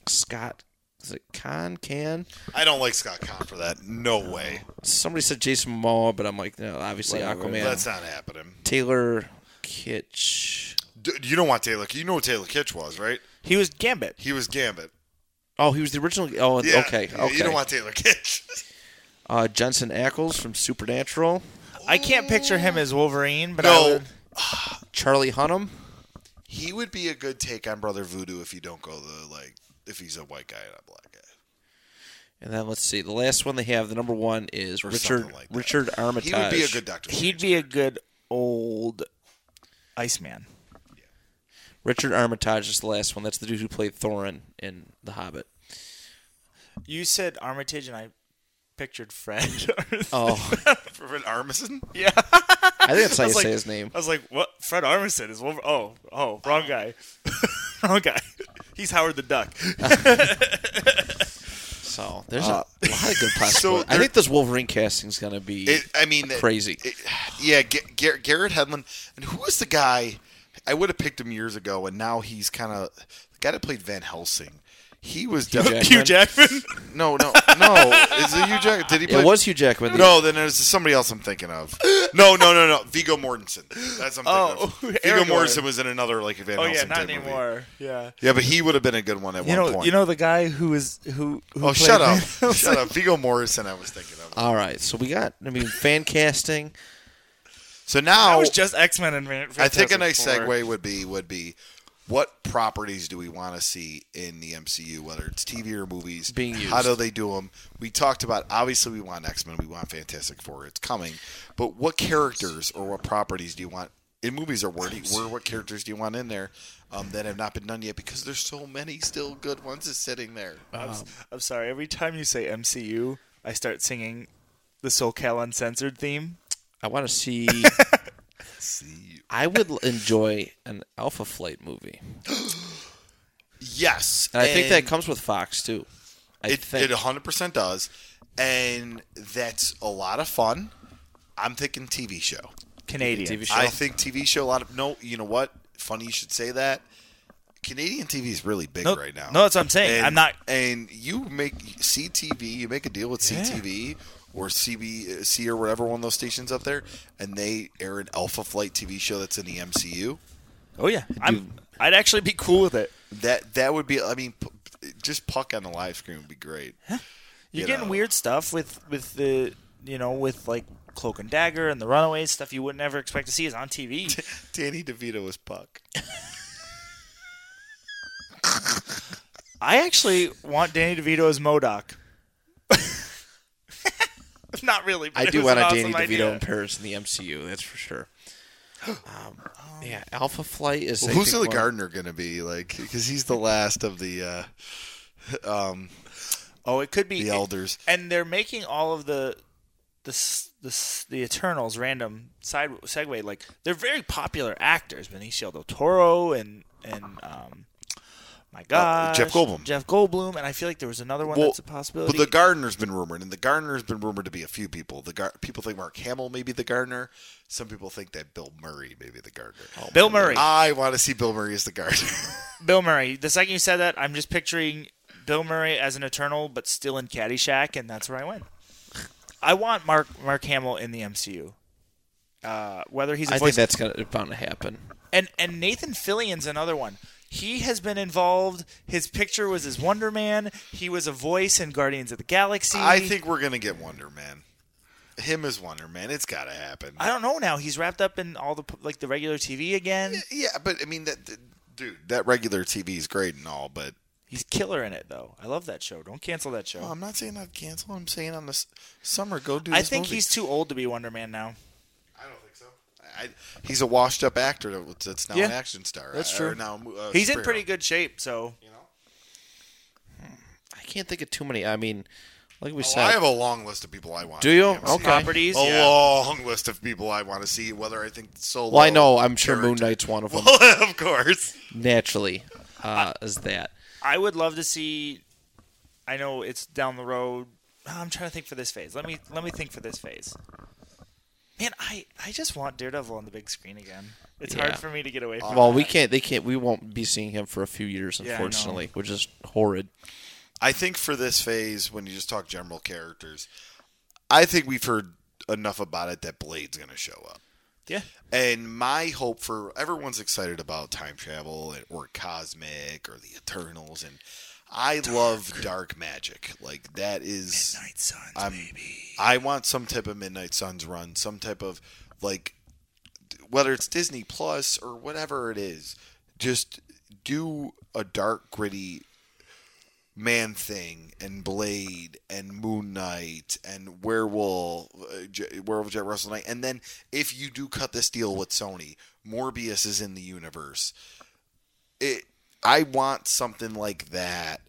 Scott. Is it Con Can? I don't like Scott Conn for that. No way. Somebody said Jason Momoa, but I'm like, no, obviously Aquaman. That's not happening. Taylor Kitsch. D- you don't want Taylor. You know what Taylor Kitsch was, right? He was Gambit. He was Gambit. Oh, he was the original. Oh, Yeah. okay, You- okay. You don't want Taylor Kitsch. [laughs] uh, Jensen Ackles from Supernatural. I can't picture him as Wolverine, but I No, would, Charlie Hunnam. he would be a good take on Brother Voodoo if you don't go the like if he's a white guy and a black guy. And then let's see. The last one they have, the number one is Richard something like that. Richard Armitage. He would be a good Doctor. [laughs] he'd be a good old Iceman. Richard Armitage is the last one. That's the dude who played Thorin in The Hobbit. You said Armitage, and I pictured Fred. [laughs] [laughs] Oh, Fred Armisen. yeah. I think that's how I you was like- say his name. I was like, "What? Fred Armisen is Wolver- oh, oh, wrong guy, [laughs] wrong guy. He's Howard the Duck." So there's a lot of good possibilities. I there- think this Wolverine casting's gonna be. It, I mean, it- Crazy. it- [sighs] yeah, G- Gar- Garrett Hedlund, and who was the guy? I would have picked him years ago, and now he's kind of the guy that played Van Helsing. He was definitely Hugh Jackman. no, no, [laughs] no. Is it Hugh Jackman? Did he play? it was Hugh Jackman. No, then there's somebody else I'm thinking of. No, no, no, no. Viggo Mortensen. That's what I'm Oh, [laughs] thinking of. Viggo Aragorn. Mortensen was in another like Van oh yeah, Helsing not type movie. anymore. Yeah. Yeah, but he would have been a good one at You one know, point. you know the guy who was who. who oh, played [laughs] shut up, Van Helsing? shut up. Viggo Mortensen, I was thinking of. All right, so we got. I mean, fan casting. So That now was just X Men and Van- I think a Fantastic nice Four. segue would be would be what properties do we want to see in the MCU, whether it's TV or movies? Being How used. do they do them? We talked about obviously we want X Men, we want Fantastic Four, it's coming. But what characters or what properties do you want in movies, or where, do you, where what characters do you want in there um, that have not been done yet? Because there's so many still good ones that's sitting there. Uh, I'm, s am sorry. Every time you say MCU, I start singing the SoCal Uncensored theme. I want to see. See, I would l- enjoy an Alpha Flight movie. yes, And I think that comes with Fox too. I It, think it 100% does. And that's a lot of fun. I'm thinking TV show. Canadian. TV show. I think TV show a lot of no, you know what? Funny you should say that. Canadian TV is really big No, right now. no, that's what I'm saying. And- I'm not- And you make CTV, you make a deal with Yeah. CTV or CBC or whatever one of those stations up there, and they air an Alpha Flight TV show that's in the MCU. oh yeah, I'm, I'd actually be cool with it. That that would be. I mean, p- just puck on the live screen would be great. You're You getting know. weird stuff with with the you know with like Cloak and Dagger and the Runaways stuff you would never expect to see is on [laughs] TV. [laughs] Danny DeVito was puck. I actually want Danny DeVito as Modoc. [laughs] Not really. But I it do was an want a awesome Danny DeVito idea. in Paris in the MCU. That's for sure. Um, Yeah, Alpha Flight is. I Who's think, the one- gardener going to be? Like, because he's the last of the uh, um, Oh, it could be the elders. and they're making all of the the s- the, s- the Eternals random side segue like they're very popular actors Benicio del Toro and and um my God Uh, Jeff Goldblum. Jeff Goldblum and I feel like there was another one Well, that's a possibility But the gardener's been rumored, and the gardener's been rumored to be a few people. The gar- people think Mark Hamill may be the gardener. Some people think that Bill Murray may be the gardener. Bill Murray Uh, I want to see Bill Murray as the gardener. [laughs] Bill Murray the second you said that I'm just picturing Bill Murray as an Eternal but still in Caddyshack and that's where I went I want Mark Mark Hamill in the MCU uh, whether he's a I voice think that's gonna bound to happen. and and Nathan Fillion's another one. He has been involved. His picture was as Wonder Man. He was a voice in Guardians of the Galaxy. I think we're gonna get Wonder Man. Him as Wonder Man. It's got to happen. I don't know now. He's wrapped up in all the like the regular TV again. yeah, but I mean that, that- dude. That regular TV is great and all, but He's killer in it though. I love that show. Don't cancel that show. Well, I'm not saying I'd cancel. I'm saying on this summer, go do. This I think movie. he's too old to be Wonder Man now. I don't think so. I, he's a washed-up actor that- that's now Yeah. an action star. That's uh, true. or now, uh, He's in superhero, pretty good shape, so You know? I can't think of too many. I mean, like we Oh, said, I have a long list of people I want. Do you? to see. Okay. properties. A yeah. long list of people I want to see. Whether I think solo. well, I know I'm sure Moon character- Knight's one of [laughs] them. Well, [laughs] of course. naturally, uh, is that I would love to see. I know it's down the road. Ah, I'm trying to think for this phase. Let me let me think for this phase. Man, I I just want Daredevil on the big screen again. It's Yeah. hard for me to get away Uh, from. well, that. we can't. They can't. We won't be seeing him for a few years, I know. unfortunately, which is horrid. I think for this phase, when you just talk general characters, I think we've heard enough about it that Blade's going to show up. Yeah. And my hope for everyone's excited about time travel and, or cosmic or the Eternals, and I love dark magic. Like that is Night Suns, I'm- I want some type of Midnight Suns run, some type of like whether it's Disney Plus or whatever it is, just do a dark gritty Man Thing and Blade and Moon Knight and Werewolf, uh, J- Werewolf Jet Russell Knight, and then if you do cut this deal with Sony, Morbius is in the universe. It, I want something like that.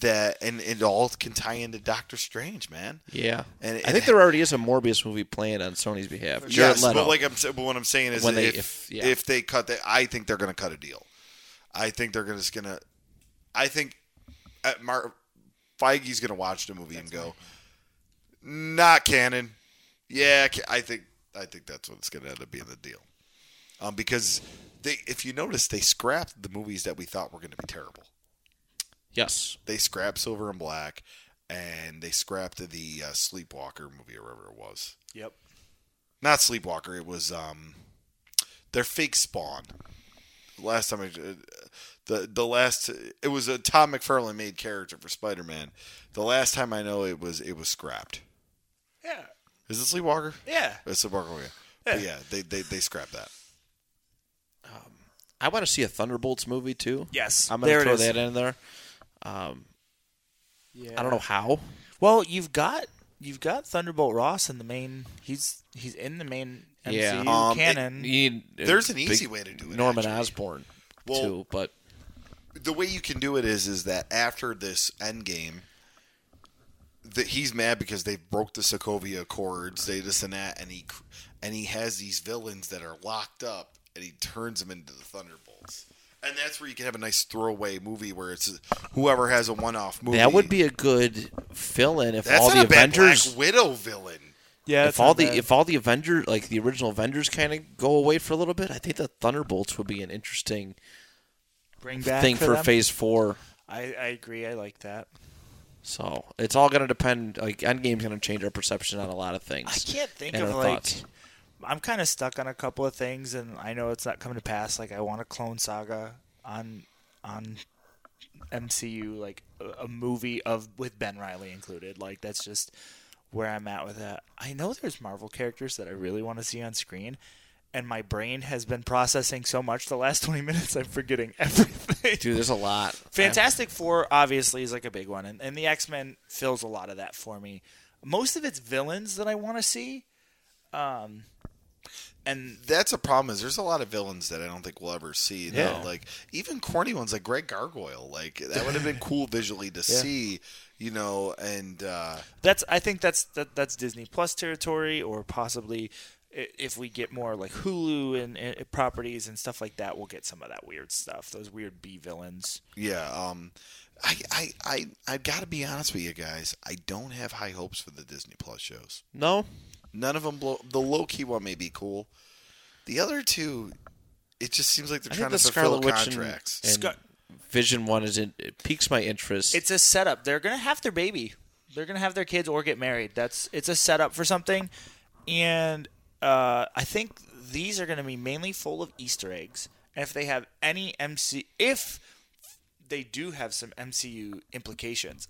That and it all can tie into Doctor Strange, man. Yeah, And it- I think there already is a Morbius movie planned on Sony's behalf. Jared yes, Leto. but like I'm, sa- but what I'm saying is When they- if if- if, yeah. they cut that, I think they're going to cut a deal. I think they're gonna, just going to. I think at Mar- Feige's going to watch the movie and go, not canon. Yeah, ca- I think I think that's what it's going to end up being the deal, um, because they, if you notice, they scrapped the movies that we thought were going to be terrible yes, they scrapped Silver and Black, and they scrapped the uh, Sleepwalker movie or whatever it was. Yep. Not Sleepwalker. It was um, their fake Spawn. Last time I, uh, the the last it was a Tom McFarlane made character for Spider Man. The last time I know it was it was scrapped. Yeah. Is it Sleepwalker? Yeah. It's Sleepwalker. Yeah. But yeah, they, they they scrapped that. I want to see a Thunderbolts movie too. Yes. I'm gonna There it throw is. that in there. Um, I don't know how. Well, you've got you've got Thunderbolt Ross in the main. He's he's in the main MCU Yeah. Um, it- canon. You need a There's an big easy way to do it. Norman actually. Osborn Well- too, but the way you can do it is is that after this end game that he's mad because they broke the Sokovia Accords, they this and that, and he cr- and he has these villains that are locked up, and he turns them into the Thunderbolts, and that's where you can have a nice throwaway movie where it's whoever has a one-off movie. that would be a good fill-in if that's all not the a bad Avengers Black Widow villain. yeah. if all the if all the Avengers like the original Avengers kind of go away for a little bit, I think the Thunderbolts would be an interesting bring back thing for, them. Phase Four. I I agree. I like that. So it's all gonna depend. Like Endgame's gonna change our perception on a lot of things. I can't think and of our like. thoughts. I'm kind of stuck on a couple of things, and I know it's not coming to pass. Like I want a Clone Saga on on MCU, like a, a movie of with Ben Riley included. Like that's just where I'm at with that. I know there's Marvel characters that I really want to see on screen, and my brain has been processing so much the last [laughs] 20 minutes. I'm forgetting everything. Dude, there's a lot. Fantastic Four obviously is like a big one, and, and the X Men fills a lot of that for me. Most of it's villains that I want to see. Um, and That's a problem. Is there's a lot of villains that I don't think we'll ever see. that, Yeah. like even corny ones like Greg Gargoyle. Like that would have [laughs] been cool visually to see. You know, and uh, that's I think that's that, that's Disney Plus territory, or possibly i- if we get more like Hulu and, and properties and stuff like that, we'll get some of that weird stuff. Those weird B villains. yeah. Um, I I I I gotta be honest with you guys. I don't have high hopes for the Disney Plus shows. No, None of them blow. The low key one may be cool. The other two, it just seems like they're I think trying the to fulfill Scarlet Witch and- contracts. and Scar- Vision One is in, it piques my interest. It's a setup. They're gonna have their baby. They're gonna have their kids or get married. That's it's a setup for something, and uh, I think these are gonna be mainly full of Easter eggs. And if they have any MC, if they do have some MCU implications,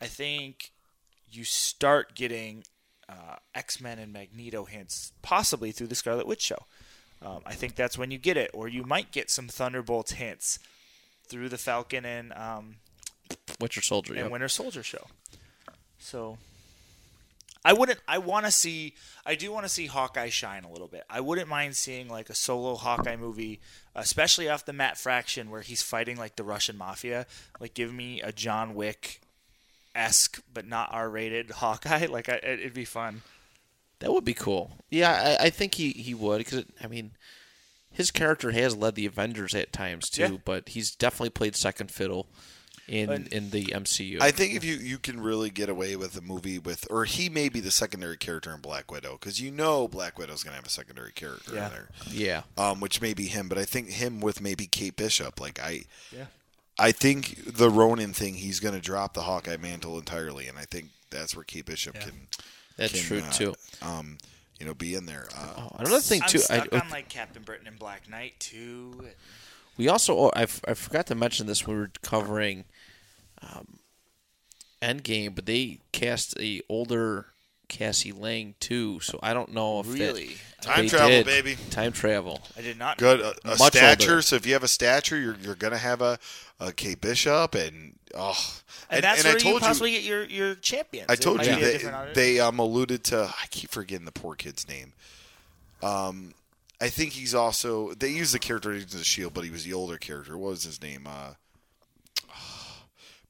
I think you start getting uh, X Men and Magneto hints, possibly through the Scarlet Witch show. Um, I think that's when you get it, or you might get some Thunderbolt hints through the Falcon and um, Winter Soldier. and yep. Winter Soldier show. So I wouldn't I want to see I do want to see Hawkeye shine a little bit. I wouldn't mind seeing like a solo Hawkeye movie, especially off the Matt Fraction where he's fighting like the Russian mafia. Like give me a John Wick esque but not R rated Hawkeye. [laughs] Like I, it- it'd be fun. That would be cool. Yeah, I, I think he he would because I mean, his character has led the Avengers at times too, Yeah. but he's definitely played second fiddle in And- in the MCU. I think if you you can really get away with a movie with, or he may be the secondary character in Black Widow because you know Black Widow's gonna have a secondary character Yeah. in there, yeah, um, which may be him. But I think him with maybe Kate Bishop. Like I, Yeah. I think the Ronin thing, he's gonna drop the Hawkeye mantle entirely, and I think that's where Kate Bishop can, that's can, true uh, too. um, you know, be in there. Uh, Oh, another thing I'm too. I, stuck on like Captain Britain and Black Knight too. we also oh, I, f- I forgot to mention this when we were covering um, Endgame, but they cast a older Cassie Lang too, so I don't know if that- Really? Time they travel, did. baby. Time travel. I did not Good, uh, a, a Much stature. older. So if you have a stature, you're, you're gonna have a, a Kate Bishop, and oh, And, that's where I told you possibly get your your champions. I It told might you be a they, different audience. they um, alluded to. I keep forgetting the poor kid's name. Um, I think he's also they used the character Agents of the Shield, but he was the older character. What was his name? Uh,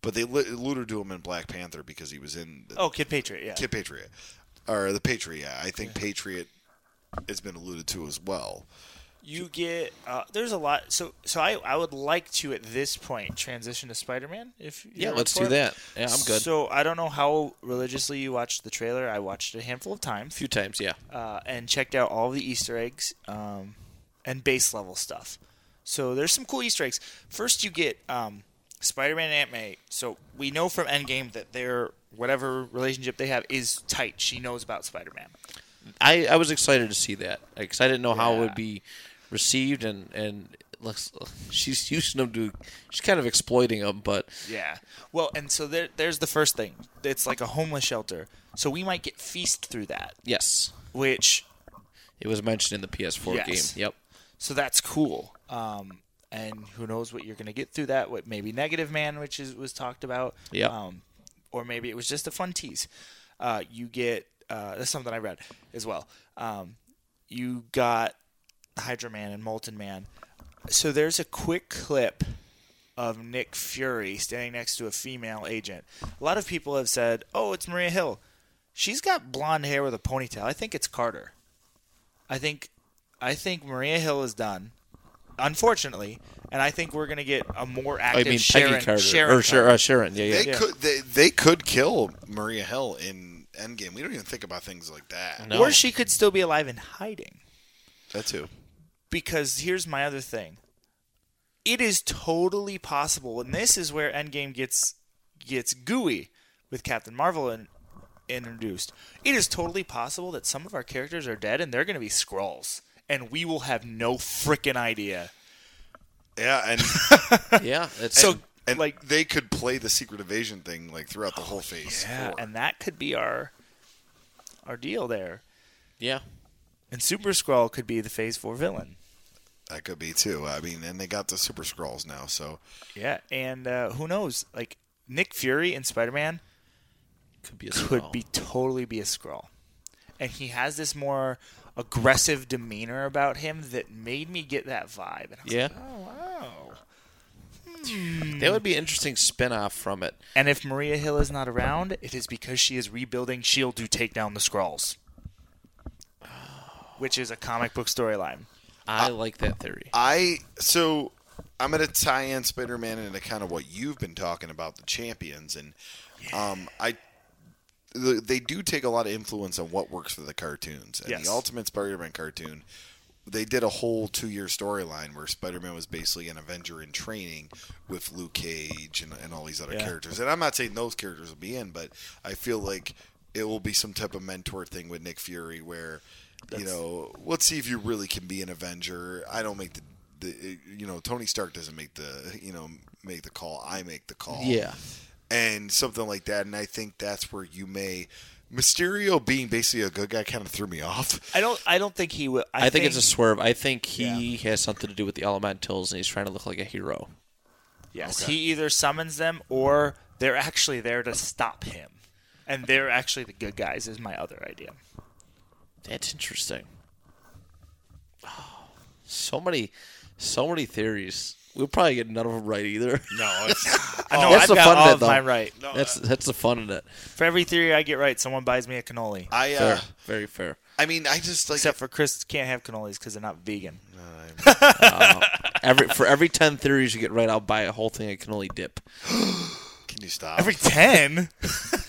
but they li- alluded to him in Black Panther because he was in the Oh, Kid Patriot, yeah. Kid Patriot or the Patriot. I think Patriot has been alluded to as well. you get uh, there's a lot so so I, I would like to at this point transition to spider-man if you're Yeah, up let's for do it. that. Yeah, I'm good. so i don't know how religiously you watched the trailer i watched it a handful of a times few times, yeah. uh, and checked out all the easter eggs um, and base level stuff so there's some cool easter eggs first you get um, spider-man and aunt may so we know from endgame that their whatever relationship they have is tight she knows about spider-man I, I was excited to see that because I didn't know how it Yeah. would be received, and and it looks she's using them to she's kind of exploiting them, but Yeah. Well, and so there, there's the first thing. It's like a homeless shelter. So we might get feast through that, yes, which it was mentioned in the Yes. PS4 game. Yep, so that's cool. Um, and who knows what you're gonna get through that? What maybe negative man, which is was talked about. Yep. Um, or maybe it was just a fun tease. Uh, you get uh, that's something I read as well. Um, you got Hydra Man and Molten Man. So there's a quick clip of Nick Fury standing next to a female agent. A lot of people have said, "Oh, it's Maria Hill." She's got blonde hair with a ponytail. I think it's Carter. I think I think Maria Hill is done, unfortunately, and I think we're gonna get a more I active Oh, mean Sharon. Peggy Carter Sharon or Sharon, Carter. uh, Sharon, yeah, yeah. They could they, they could kill Maria Hill in Endgame. We don't even think about things like that. uh, No. Or she could still be alive and hiding. That too. Because here's my other thing. It is totally possible, and this is where Endgame gets gets gooey with Captain Marvel and introduced. It is totally possible that some of our characters are dead and they're going to be scrolls, and we will have no freaking idea. Yeah, and yeah it's, So and like like they could play the secret evasion thing like throughout the whole phase. Yeah, four. and that could be our our deal there. yeah, And Super Skrull could be the Phase Four villain. that could be too. I mean, and they got the super scrolls now, so Yeah, and uh, who knows? Like Nick Fury and Spider Man could be a could small. be totally be a Skrull, and he has this more aggressive demeanor about him that made me get that vibe. And I was Yeah. Like, oh wow. Hmm. That would be an interesting spin off from it. And if Maria Hill is not around, it is because she is rebuilding Shield to take down the Skrulls, Oh. which is a comic book storyline. I like that theory. I so I'm gonna tie in Spider-Man into kind of what you've been talking about the champions, and um, I the- they do take a lot of influence on what works for the cartoons. And Yes. the Ultimate Spider-Man cartoon, they did a whole two-year storyline where Spider-Man was basically an Avenger in training with Luke Cage and, and all these other Yeah. characters. And I'm not saying those characters will be in, but I feel like it will be some type of mentor thing with Nick Fury where you know, let's see if you really can be an Avenger. I don't make the, the you know, Tony Stark doesn't make the, you know, make the call. I make the call. Yeah. And something like that. And I think that's where you may. Mysterio being basically a good guy kind of threw me off. I don't. I don't think he will. I, I, think, it's a swerve. I think he has something to do with the elementals and he's trying to look like a hero. yes. Okay. He either summons them or they're actually there to stop him, and they're actually the good guys. Is my other idea. That's interesting. Oh, so many, so many theories. We'll probably get none of them [laughs] right either. No, it's, I know Oh, that's I've the got fun all bit, of though. mine right. No, that's that's the fun in it. For every theory I get right, someone buys me a cannoli. I, Fair, uh, very fair. I mean, I just like Except for Chris can't have cannolis because they're not vegan. Um, [laughs] Every for every ten theories you get right, I'll buy a whole thing of cannoli dip. Can you stop? Every ten.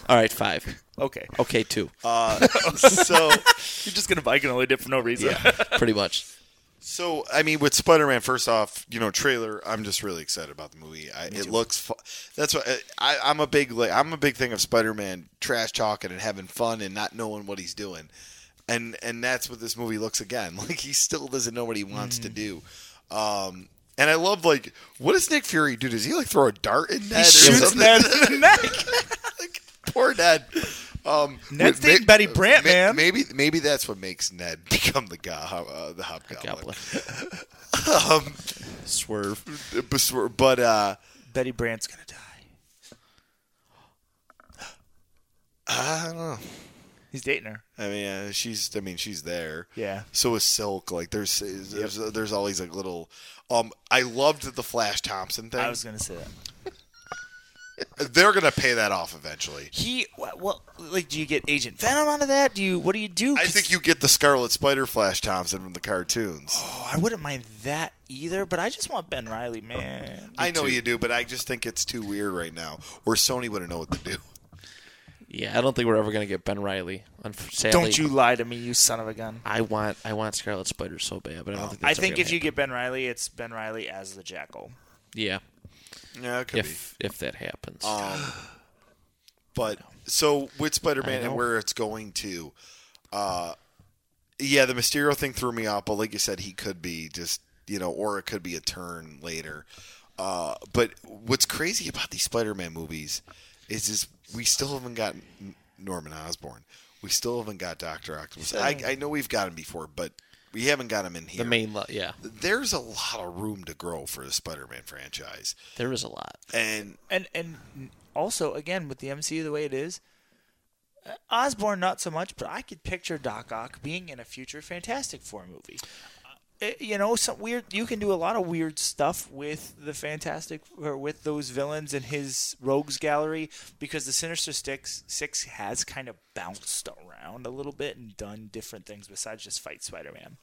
All right, five. okay. [laughs] Okay, two. [laughs] so, You're just gonna buy cannoli dip for no [laughs] reason. yeah, pretty much. so I mean, with Spider-Man, first off, you know, trailer. I'm just really excited about the movie. I, it looks. Fu- that's what I, I, I'm a big. li- I'm a big thing of Spider-Man trash talking and having fun and not knowing what he's doing, and and that's what this movie looks again. [laughs] Like he still doesn't know what he wants Mm. to do. Um, and I love like, what does Nick Fury do? Does he like throw a dart in Ned or Shoots something? Ned in the [laughs] neck. like, [laughs] poor Ned. Um, Ned's may- dating Betty Brant, may- man. Maybe maybe that's what makes Ned [laughs] become the go- uh, the Oh, hobgoblin. Goblin. Um, Swerve. But- But uh, Betty Brant's gonna die. I don't know. He's dating her. I mean, uh, she's I mean she's there. Yeah. So is Silk. Like there's there's there's always like little. Um, I loved the Flash Thompson thing. I was gonna say that. [laughs] They're gonna pay that off eventually. He wha- well, like, do you get Agent Venom out of that? Do you? What do you do? I 'Cause- think you get the Scarlet Spider Flash Thompson from the cartoons. Oh, I wouldn't mind that either, but I just want Ben Riley, man. I know you do, but I just think it's too weird right now. Or Sony wouldn't know what to do. Yeah, I don't think we're ever gonna get Ben Riley. Unf- Sadly, Don't you lie to me, you son of a gun. I want I want Scarlet Spider so bad, but I don't think. Oh, I That's think ever if gonna you get Ben Riley, it's Ben Riley as the Jackal. happen. yeah, Yeah, it could be. if if that happens, Oh, Um, but so with Spider Man I know. and where it's going to, uh, yeah, the Mysterio thing threw me off. But like you said, he could be just you know, or it could be a turn later. Uh, but what's crazy about these Spider Man movies is is we still haven't got N- Norman Osborn. We still haven't got Doctor Octopus. I, I know we've got him before, but we haven't got him in the here. main lo- yeah, There's a lot of room to grow for the Spider-Man franchise, there is a lot. and And and also, again, with the MCU the way it is, uh, Osborn not so much, but I could picture Doc Ock being in a future Fantastic Four movie. Uh, you know, some weird. You can do a lot of weird stuff with the Fantastic or with those villains and his Rogues Gallery because the Sinister Six Six has kind of bounced around a little bit and done different things besides just fight Spider-Man.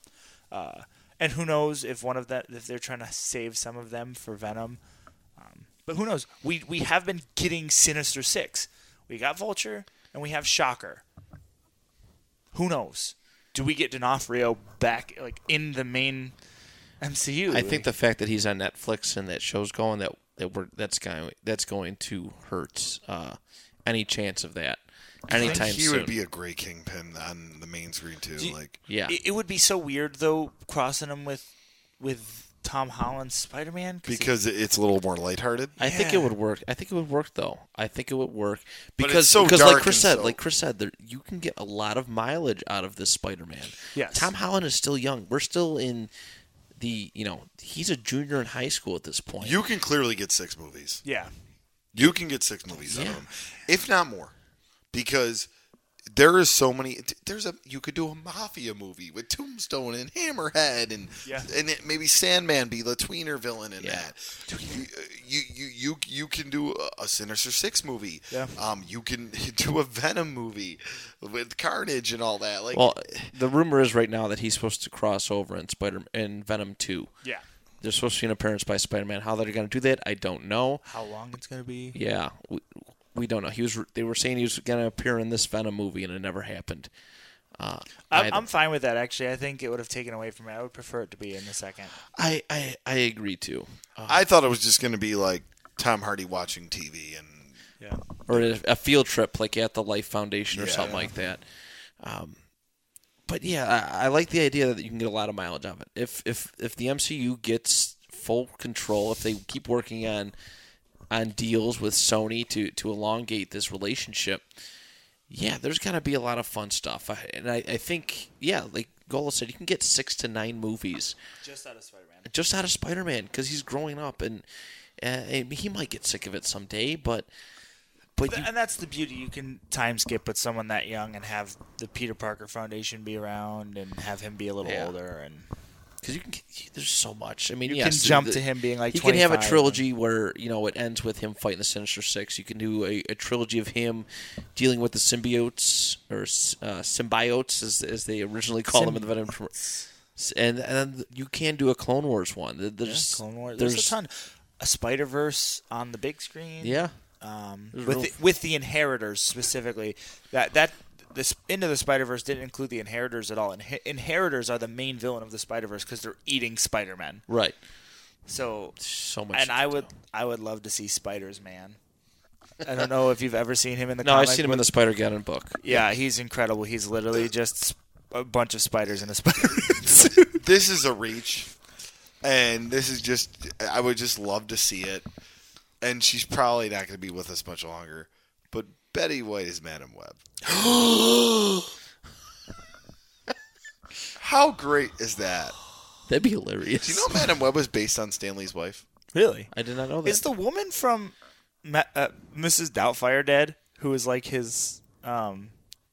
Uh, and who knows if one of that if they're trying to save some of them for Venom. Um, but who knows? We we have been getting Sinister Six. We got Vulture and we have Shocker. Who knows? Do we get D'Onofrio back like in the main MCU? I think the fact that he's on Netflix and that show's going that that we're that's going that's going to hurt uh, any chance of that anytime he soon. would be a great kingpin on the main screen too. like yeah, it, it would be so weird though crossing him with with Tom Holland's Spider Man because it- it's a little more lighthearted. I think it Yeah. would work. I think it would work though. I think it would work it's because so because dark like Chris and said, so- like Chris said, there, you can get a lot of mileage out of this Spider-Man. Yes. Tom Holland is still young. We're still in the you know he's a junior in high school at this point. You can clearly get six movies. yeah You can get six movies out Yeah. of him, if not more, because there is so many. There's a you could do a mafia movie with Tombstone and Hammerhead and Yeah. and it, maybe Sandman be the tweener villain in Yeah. that. You, you you you you can do a- a Sinister Six movie. Yeah. Um, you can [laughs] do a Venom movie with Carnage and all that. Like, Well, the rumor is right now that he's supposed to cross over in Spider in Venom Two. Yeah. There's supposed to be an appearance by Spider-Man. How they're going to do that, I don't know. How long it's gonna be? Yeah, we, we don't know. He was. They were saying he was going to appear in this Venom movie, and it never happened. Uh, I'm, either. I'm fine with that. Actually, I think it would have taken away from it. I would prefer it to be in the second. I, I I agree too. Uh, I thought it was just going to be like Tom Hardy watching TV and Yeah. or a, a field trip like at the Life Foundation or Yeah. something like that. Um, but yeah, I, I like the idea that you can get a lot of mileage out of it. If if if the MCU gets full control, if they keep working on on deals with Sony to to elongate this relationship, yeah, there's gonna be a lot of fun stuff. I, and I, I think yeah, like Gola said, you can get six to nine movies Just out of Spider-Man. just out of Spider Man because he's growing up and. Uh, and he might get sick of it someday, but but you and that's the beauty. You can time skip with someone that young and have the Peter Parker Foundation be around and have him be a little Yeah. older and because you can get- there's so much. I mean, You yes, can jump the- to him being like you can have a 25 trilogy where you know it ends with him fighting the Sinister Six. You can do a, a trilogy of him dealing with the symbiotes or uh, symbiotes as, as they originally called them in the Venom. And and then you can do a Clone Wars one. There- There's Yeah, Clone Wars. There's, There's, a ton. A Spider Verse on the big screen. Yeah, Um, There's with real- the, with the Inheritors specifically, that that this into the Spider Verse didn't include the Inheritors at all. Inhe- Inheritors are the main villain of the Spider Verse because they're eating Spider Man. right. So So much. and you I can would do. I would love to see Spider's Man. I don't know if you've ever seen him in the No, comic I've seen him in the Spider [gasps] Ganon book. Yeah, he's incredible. He's literally just sp- a bunch of spiders in a spider [laughs] suit. this is a reach, and this is just. I would just love to see it, and she's probably not going to be with us much longer. But Betty White is Madam Web. How great is that? That'd be hilarious. Do you [laughs] know Madam Web was based on Stanley's wife? really? I did not know that. Is the woman from Ma- uh, Mrs. Doubtfire dead? Who is like his? Um,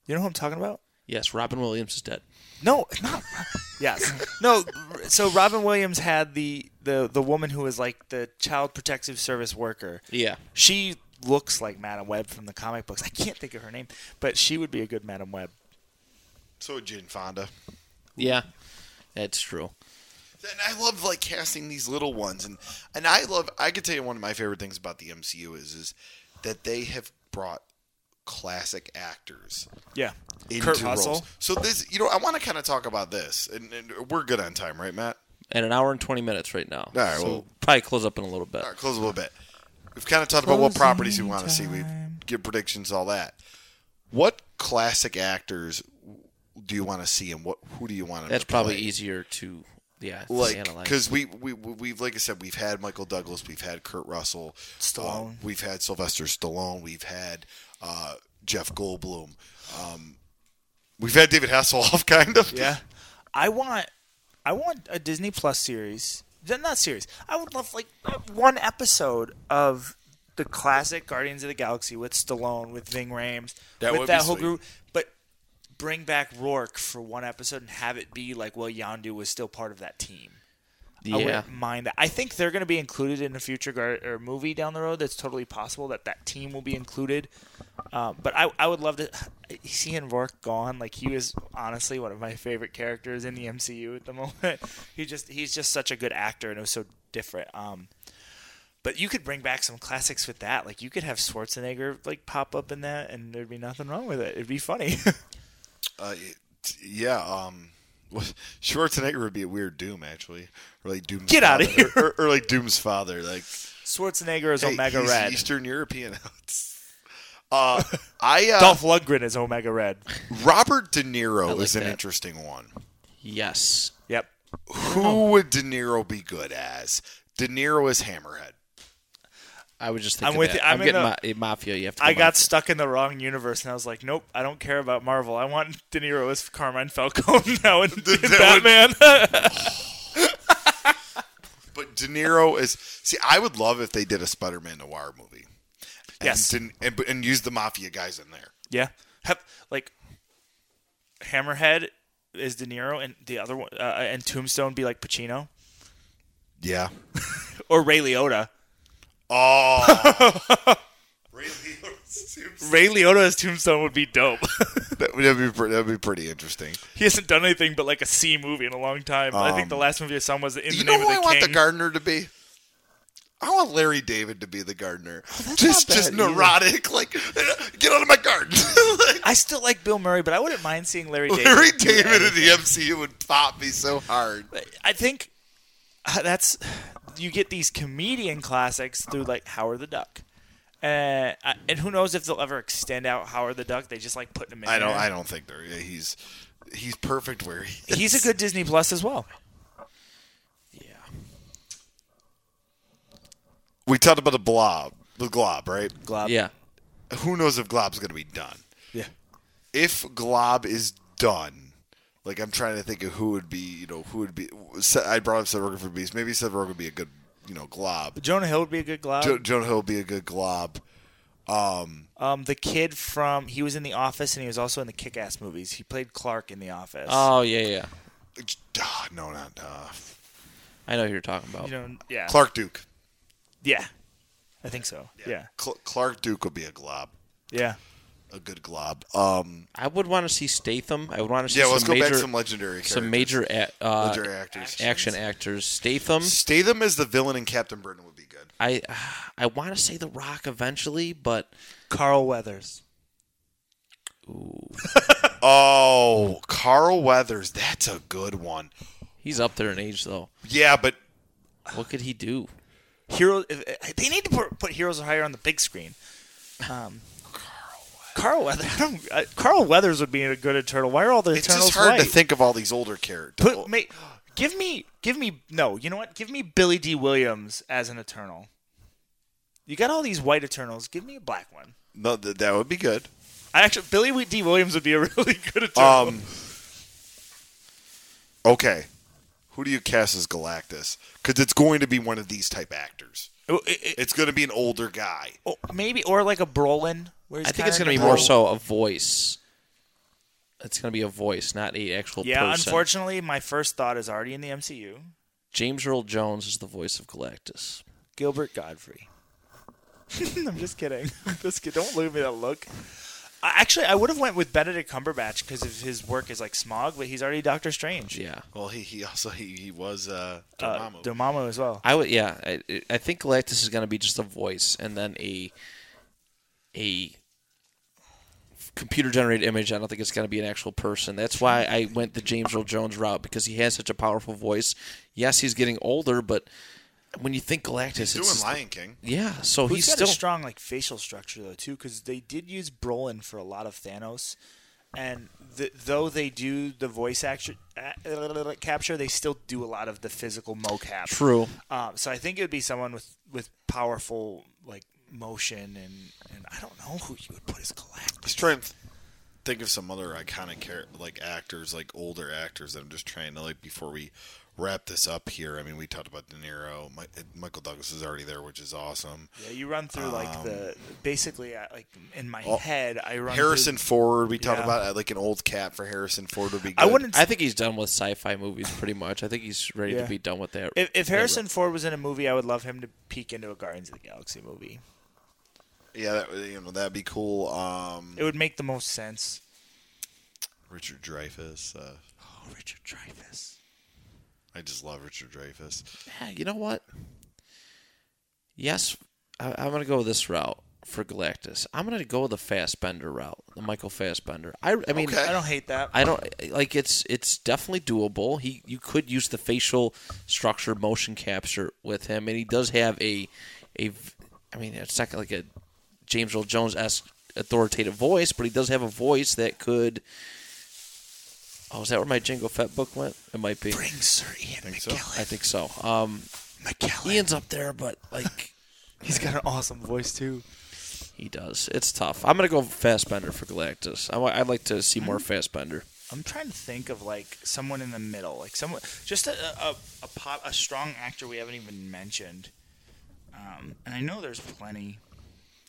you know who I'm talking about? yes, Robin Williams is dead. No, not. [laughs] yes. No. So Robin Williams had the the the woman who was like the child protective service worker. Yeah. She looks like Madam Web from the comic books. I can't think of her name, but she would be a good Madam Web. So would Jane Fonda. Yeah, that's true. And I love like casting these little ones, and and I love. I could tell you one of my favorite things about the MCU is is that they have brought classic actors Yeah. into Kurt Russell. roles. So this, you know, I want to kind of talk about this, and, and we're good on time, right, Matt? At an hour and twenty minutes right now. right, so well- probably close up in a little bit. All right, close a little bit. We've kind of talked about what Closing properties we want to see. We time. give predictions, all that. What classic actors do you want to see, and what who do you want? 'em That's to probably play? easier to yeah to like analyze. because we we we- we've like I said we've had Michael Douglas, we've had Kurt Russell, Stallone. um, we've had Sylvester Stallone, we've had uh, Jeff Goldblum, um, we've had David Hasselhoff, [laughs] kind of. Yeah. I want I want a Disney Plus series. Th- Not series. I would love like one episode of the classic Guardians of the Galaxy with Stallone, with Ving Rhames, That with would that be whole sweet. group. But bring back Rourke for one episode and have it be like, well, Yondu was still part of that team. I yeah, wouldn't mind that. I think they're going to be included in a future gar- or movie down the road. That's totally possible that that team will be included. Uh, but I, I would love to [sighs] seeing Rourke gone. Like he was honestly one of my favorite characters in the MCU at the [laughs] moment. he just he's just such a good actor and it was so different. Um, but you could bring back some classics with that. Like you could have Schwarzenegger like pop up in that, and there'd be nothing wrong with it. It'd be funny. [laughs] Uh, it- yeah. Um, [laughs] Schwarzenegger would be a weird Doom, actually, or like Doom's Get outta father- or, or, or like Doom's father, like Schwarzenegger is hey, Omega he's Red. Eastern European. [laughs] uh, I uh, Dolph Lundgren is Omega Red. Robert De Niro like is an that. interesting one. yes, Yep. Oh. Who would De Niro be good as? De Niro is Hammerhead. I was just thinking. I'm with that. you. I'm in getting the- ma- mafia. You have to. I go got mafia. stuck in the wrong universe, and I was like, "Nope, I don't care about Marvel. I want De Niro as Carmine Falcone [laughs] now in, in [laughs] that would- Batman." [laughs] But De Niro is. See, I would love if they did a Spider-Man noir movie. And Yes. didn't- and, and use the mafia guys in there. yeah, Have- like Hammerhead is De Niro, and the other one, uh, and Tombstone be like Pacino Yeah. or Ray Liotta. [laughs] Oh. Ray Liotta as Tombstone would be dope. [laughs] that would that'd be pre- that'd be pretty interesting. he hasn't done anything but like a C movie in a long time. I think the last movie I saw was In the Um, you know Name who I of the want King. the gardener to be? I want Larry David to be the gardener. Oh, just not just bad either. neurotic, like [laughs] get out of my garden. [laughs] Like, I still like Bill Murray, but I wouldn't mind seeing [laughs] Larry David. Larry do David in anything. the MCU would pop me so hard. I think uh, that's you get these comedian classics through like Howard the Duck, uh, I- and who knows if they'll ever extend out Howard the Duck? They just like putting him in. I don't there. I don't think there he's he's perfect where he is. He's a good Disney Plus as well. Yeah. We talked about the blob. The glob, right? Glob. Yeah. Who knows if glob's gonna be done? Yeah. if Glob is done, like I'm trying to think of who would be, you know, who would be. Se- I brought up Seth Rogen for Beast. Maybe Seth Rogen would be a good, you know, Glob. Jonah Hill would be a good Glob. Jo- Jonah Hill would be a good Glob. um, the kid from he was in The Office and he was also in the Kick-Ass movies. He played Clark in The Office. Oh yeah yeah. Ah, no, not uh, I know who you're talking about. you know, yeah, Clark Duke. yeah, I think so. Yeah, Cl- Clark Duke would be a Glob, yeah. a good Glob. Um, I would want to see Statham. I would want to see yeah, some let's go major back to some legendary, some characters. major a- uh, legendary actors. action actors. Statham. Statham as the villain in Captain Britain would be good. I I want to say The Rock eventually, but Carl Weathers. Oh, Carl Weathers, that's a good one. he's up there in age though. Yeah, but What could he do? Hero. eh, They need to put, put Heroes Are Higher on the big screen. Um, Carl Weathers. [laughs] I don't, uh, Carl Weathers would be a good Eternal. Why are all the it's Eternals just hard white? to think of all these older characters. Put ma- Give me, give me. No, you know what? Give me Billy D. Williams as an Eternal. You got all these white Eternals. Give me a black one. No, th- that would be good. I actually Billy D. Williams would be a [laughs] really good Eternal. Um. Okay, who do you cast as Galactus? Because it's going to be one of these type actors. Oh, it- it- It's going to be an older guy. oh, maybe or like a Brolin. Where he's I think it's kinda going to be neutral. more so a voice. It's going to be a voice, not a actual Yeah, person. unfortunately, my first thought is already in the MCU. James Earl Jones is the voice of Galactus. Gilbert Godfrey. [laughs] I'm just kidding. [laughs] I'm just kid- Don't leave me that look. I, actually, I would have went with Benedict Cumberbatch because of his work as like Smog, but he's already Doctor Strange. Yeah. Well, he, he also he, he was uh, uh, Dormammu. Domamo as well. I would yeah, I, I think Galactus is going to be just a voice and then a a computer generated image. I don't think it's going to be an actual person. That's why I went the James Earl Jones route because he has such a powerful voice. Yes, he's getting older, but when you think Galactus, He's it's doing just- Lion King. yeah. So Who's he's got still a strong like facial structure though too, because they did use Brolin for a lot of Thanos, and th- though they do the voice action uh, capture, they still do a lot of the physical mocap. true. Um, so I think it would be someone with with powerful like motion and and I don't know who you would put as I Galactus. was trying to th- think of some other iconic char- like actors, like older actors. I'm just trying to like before we wrap this up here. I mean, we talked about De Niro. Mi- Michael Douglas is already there, which is awesome. Yeah, you run through like the basically uh, like in my Oh, head I run through- Harrison Ford. We talked Yeah. about uh, like an old cat for Harrison Ford would be. Good. I wouldn't. I think he's done with sci-fi movies pretty much. I think he's ready Yeah. to be done with that. if, if Harrison Ford was in a movie, I would love him to peek into a Guardians of the Galaxy movie. Yeah, that, would- you know that'd be cool. Um, It would make the most sense. Richard Dreyfuss. Uh, Oh, Richard Dreyfuss. I just love Richard Dreyfuss. Yeah, you know what? Yes, I, I'm going to go this route for Galactus. I'm going to go the Fastbender route, the Michael Fastbender. I, I mean, Okay. I don't hate that. I don't like it's it's definitely doable. He you could use the facial structure motion capture with him, and he does have a a v- I mean it's not like a James Earl Jones esque authoritative voice, but he does have a voice that could. Oh, is that where my Jingle Fett book went? It might be. Bring Sir Ian so? I McKellen. think so. Um, McKellen. Ian's up there, but like [laughs] He's got an awesome voice too. He does. It's tough. I'm gonna go Fastbender for Galactus. I, wa- I'd like to see more Fastbender. I'm trying to think of like someone in the middle, like someone just a a, a, pop, a strong actor we haven't even mentioned. Um, and I know there's plenty.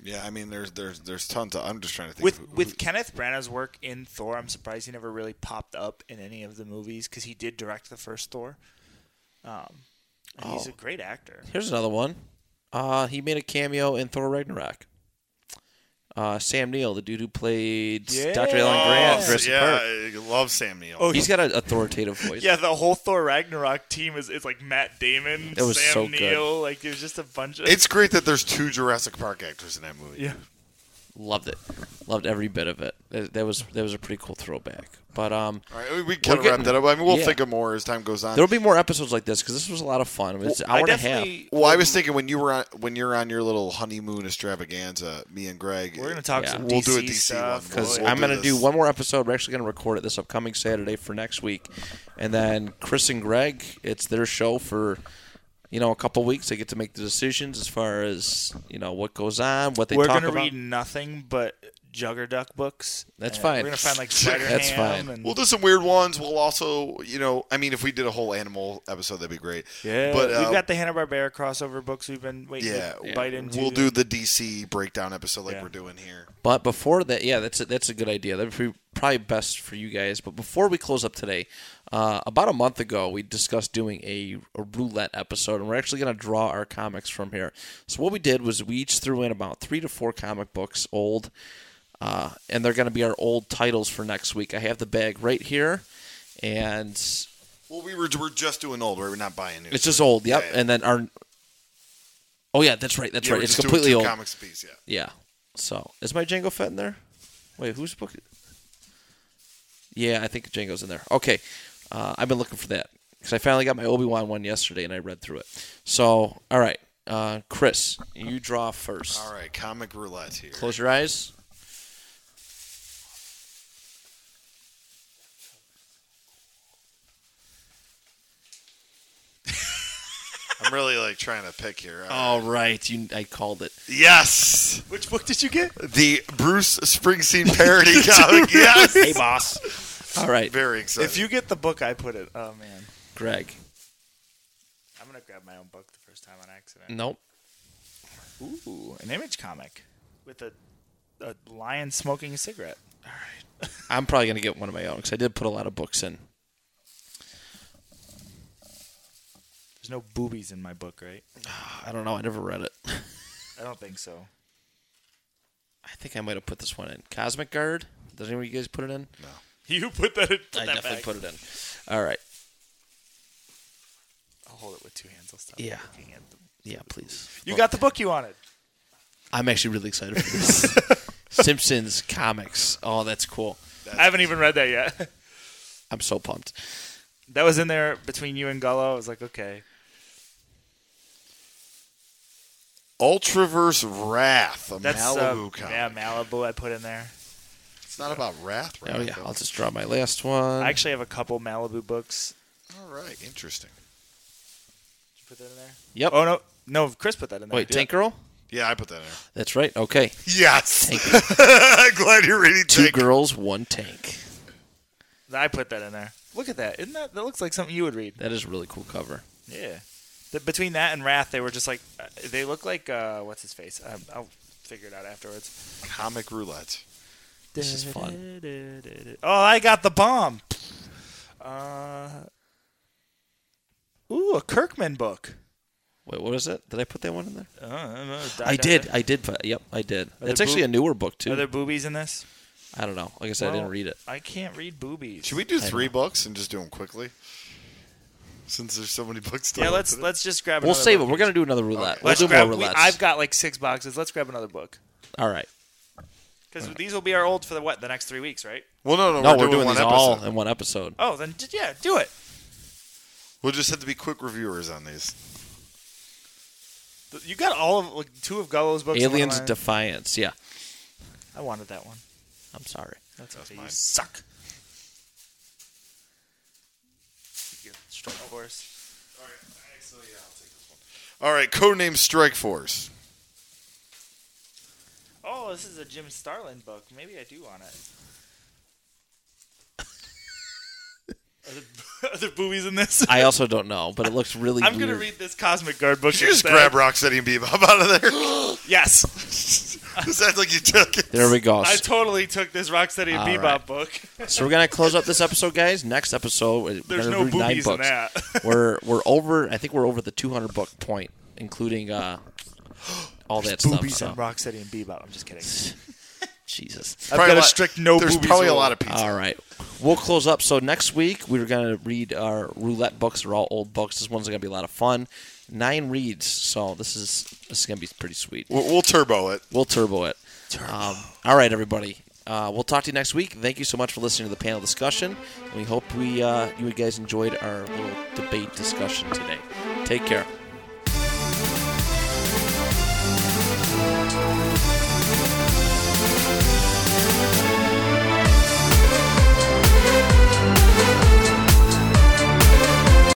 Yeah, I mean, there's there's there's tons. Of, I'm just trying to think. With who- with Kenneth Branagh's work in Thor, I'm surprised he never really popped up in any of the movies because he did direct the first Thor. Um, and He's Oh. a great actor. Here's another one. Uh, he made a cameo in Thor Ragnarok. Uh, Sam Neill, the dude who played Yeah. Dr. Alan Grant, Oh, dressed yeah, apart. I love Sam Neill. Oh, He's got an authoritative voice. Yeah, the whole Thor Ragnarok team is it's like Matt Damon, It was Sam so good. Neill, like there's just a bunch of it's great that there's two Jurassic Park actors in that movie. yeah. Loved it. Loved every bit of it. That that was that was a pretty cool throwback. But um, All right, we- we can We're wrap getting- that up. I mean, we'll yeah. think of more as time goes on. there will be more episodes like this because this was a lot of fun. It was an I hour and a half. definitely- well, I was thinking when you were on when you're on your little honeymoon extravaganza, me and Greg. We're gonna talk Yeah. some We'll DC do a DC stuff one. because We'll I'm going to this. do one more episode. We're actually going to record it this upcoming Saturday for next week, and then Chris and Greg, it's their show for you know a couple weeks. They get to make the decisions as far as you know what goes on, what they we're talk gonna about. read nothing but Juggerduck books. That's And fine. We're gonna find like Spider [laughs] That's fine. And We'll do some weird ones. We'll also, you know, I mean, if we did a whole animal episode, that'd be great. [laughs] yeah, but uh, we've got the Hanna Barbera crossover books we've been waiting yeah, to bite into. We'll do the DC breakdown episode like Yeah. we're doing here. But before that, yeah, that's a, that's a good idea. That'd be probably best for you guys. But before we close up today, uh, about a month ago, we discussed doing a, a roulette episode, and we're actually going to draw our comics from here. So what we did was we each threw in about three to four comic books, old, uh, and they're going to be our old titles for next week. I have the bag right here, and Well, we were we're just doing old. right? We're not buying new. it's just old. Yep, Yeah, yeah. and then our. Oh yeah, that's right. That's Yeah, right. we're It's just doing completely two old. Comics piece, yeah. Yeah. So is my Django fit in there? Wait, whose book? Yeah, I think Django's in there. Okay, uh, I've been looking for that because I finally got my Obi Wan one yesterday and I read through it. So all right, uh, Chris, you draw first. All right, comic roulette here. Close your eyes. I'm really like trying to pick here. Oh. All All right. right, you. I called [laughs] it. Yes, Which book did you get? [laughs] the Bruce [laughs] Springsteen parody comic. Yes, Hey, boss. All right, very excited. If you get the book, I put it. Oh man, Greg. I'm gonna grab my own book the first time on accident. Nope. Ooh, an image comic with a a lion smoking a cigarette. I'm probably gonna get one of my own because I did put a lot of books in. There's no boobies in my book, right? I don't know. I never read it. I don't think so. [laughs] I think I might have put this one in. Cosmic Guard. Does anyone you guys put it in? You put that. In, put I that definitely back. put it in. All right. I'll hold it with two hands. I'll stop. Yeah. Looking at them. Yeah, please. You got the book you wanted. I'm actually really excited for this. [laughs] Simpsons comics. Oh, that's cool. I haven't even read that yet. [laughs] I'm so pumped. that was in there between you and Gullo. I was like, okay. Ultraverse Wrath, a That's Malibu uh, comic. Yeah, Malibu. I put in there. It's not about wrath, right? Oh yeah, I'll just draw my last one. I actually have a couple Malibu books. All right, interesting. Did you put that in there? yep. Oh no, no. Chris put that in there. Wait, Tank Girl. Yeah, I put that in. That's right. Okay, [laughs] Yes. Glad you're reading two Tank. girls, one tank. I put that in there. Look at that. Isn't that that looks like something you would read? That is a really cool cover. Yeah. The, between that and Wrath, they were just like uh, they look like uh, what's his face. Um, I'll figure it out afterwards. Comic roulette. This is fun. Oh, I got the bomb. Uh, ooh, a Kirkman book. Wait, what is it? Did I put that one in there? Uh, uh, I did. I did. Put, yep, I did. Are That's there actually boo- a newer book too. Are there boobies in this? I don't know. Like I said, I Well, didn't read it. I can't read boobies. Should we do know. three books and just do them quickly? Since there's so many books. To Yeah, look let's at. let's just grab. We'll another save it. book. We're gonna do another roulette. We'll Let's do more grab. we- roulettes. I've got like six boxes. Let's grab another book All right. because these will be our old for the what the next three weeks, right? Well, no, no, No, we're, doing, one these episode. all in one episode. Oh, then d- yeah, do it. We'll just have to be quick reviewers on these. Th- You got all of like, two of Gullo's books. and one of Aliens mine. Defiance. Yeah. I wanted that one. I'm sorry. That's, okay. mine. You suck. You get Strike Force. All right, actually, yeah, I'll take this one. All right, codename Strike Force. Oh, this is a Jim Starlin book. Maybe I do want it. are, there, [laughs] are there boobies in this? I also don't know, but it looks really. I'm gonna weird. read this Cosmic Guard book. Did you just instead. [gasps] grab Rocksteady and Bebop out of there? [laughs] Yes. It sounds like you took it. There we go. I totally took this Rocksteady and All Bebop [laughs] right. book. So we're gonna close up this episode, guys. Next episode, we're There's gonna no read nine boobies in books. that. [laughs] we're we're over. I think we're over the 200 book point, [gasps] including uh, all that stuff. Boobies so- and Rocksteady and Bebop. I'm just kidding. Jesus. I've Probably got a lot- strict no There's boobies probably rule. a lot of pizza. All right, we'll close up. So next week we're gonna read our roulette books. They're all old books. This one's gonna be a lot of fun. Nine reads. So this is this is gonna be pretty sweet. We'll, we'll turbo it. We'll turbo it. Um, all right, everybody. Uh, we'll talk to you next week. Thank you so much for listening to the panel discussion. We hope we uh, you guys enjoyed our little debate discussion today. Take care.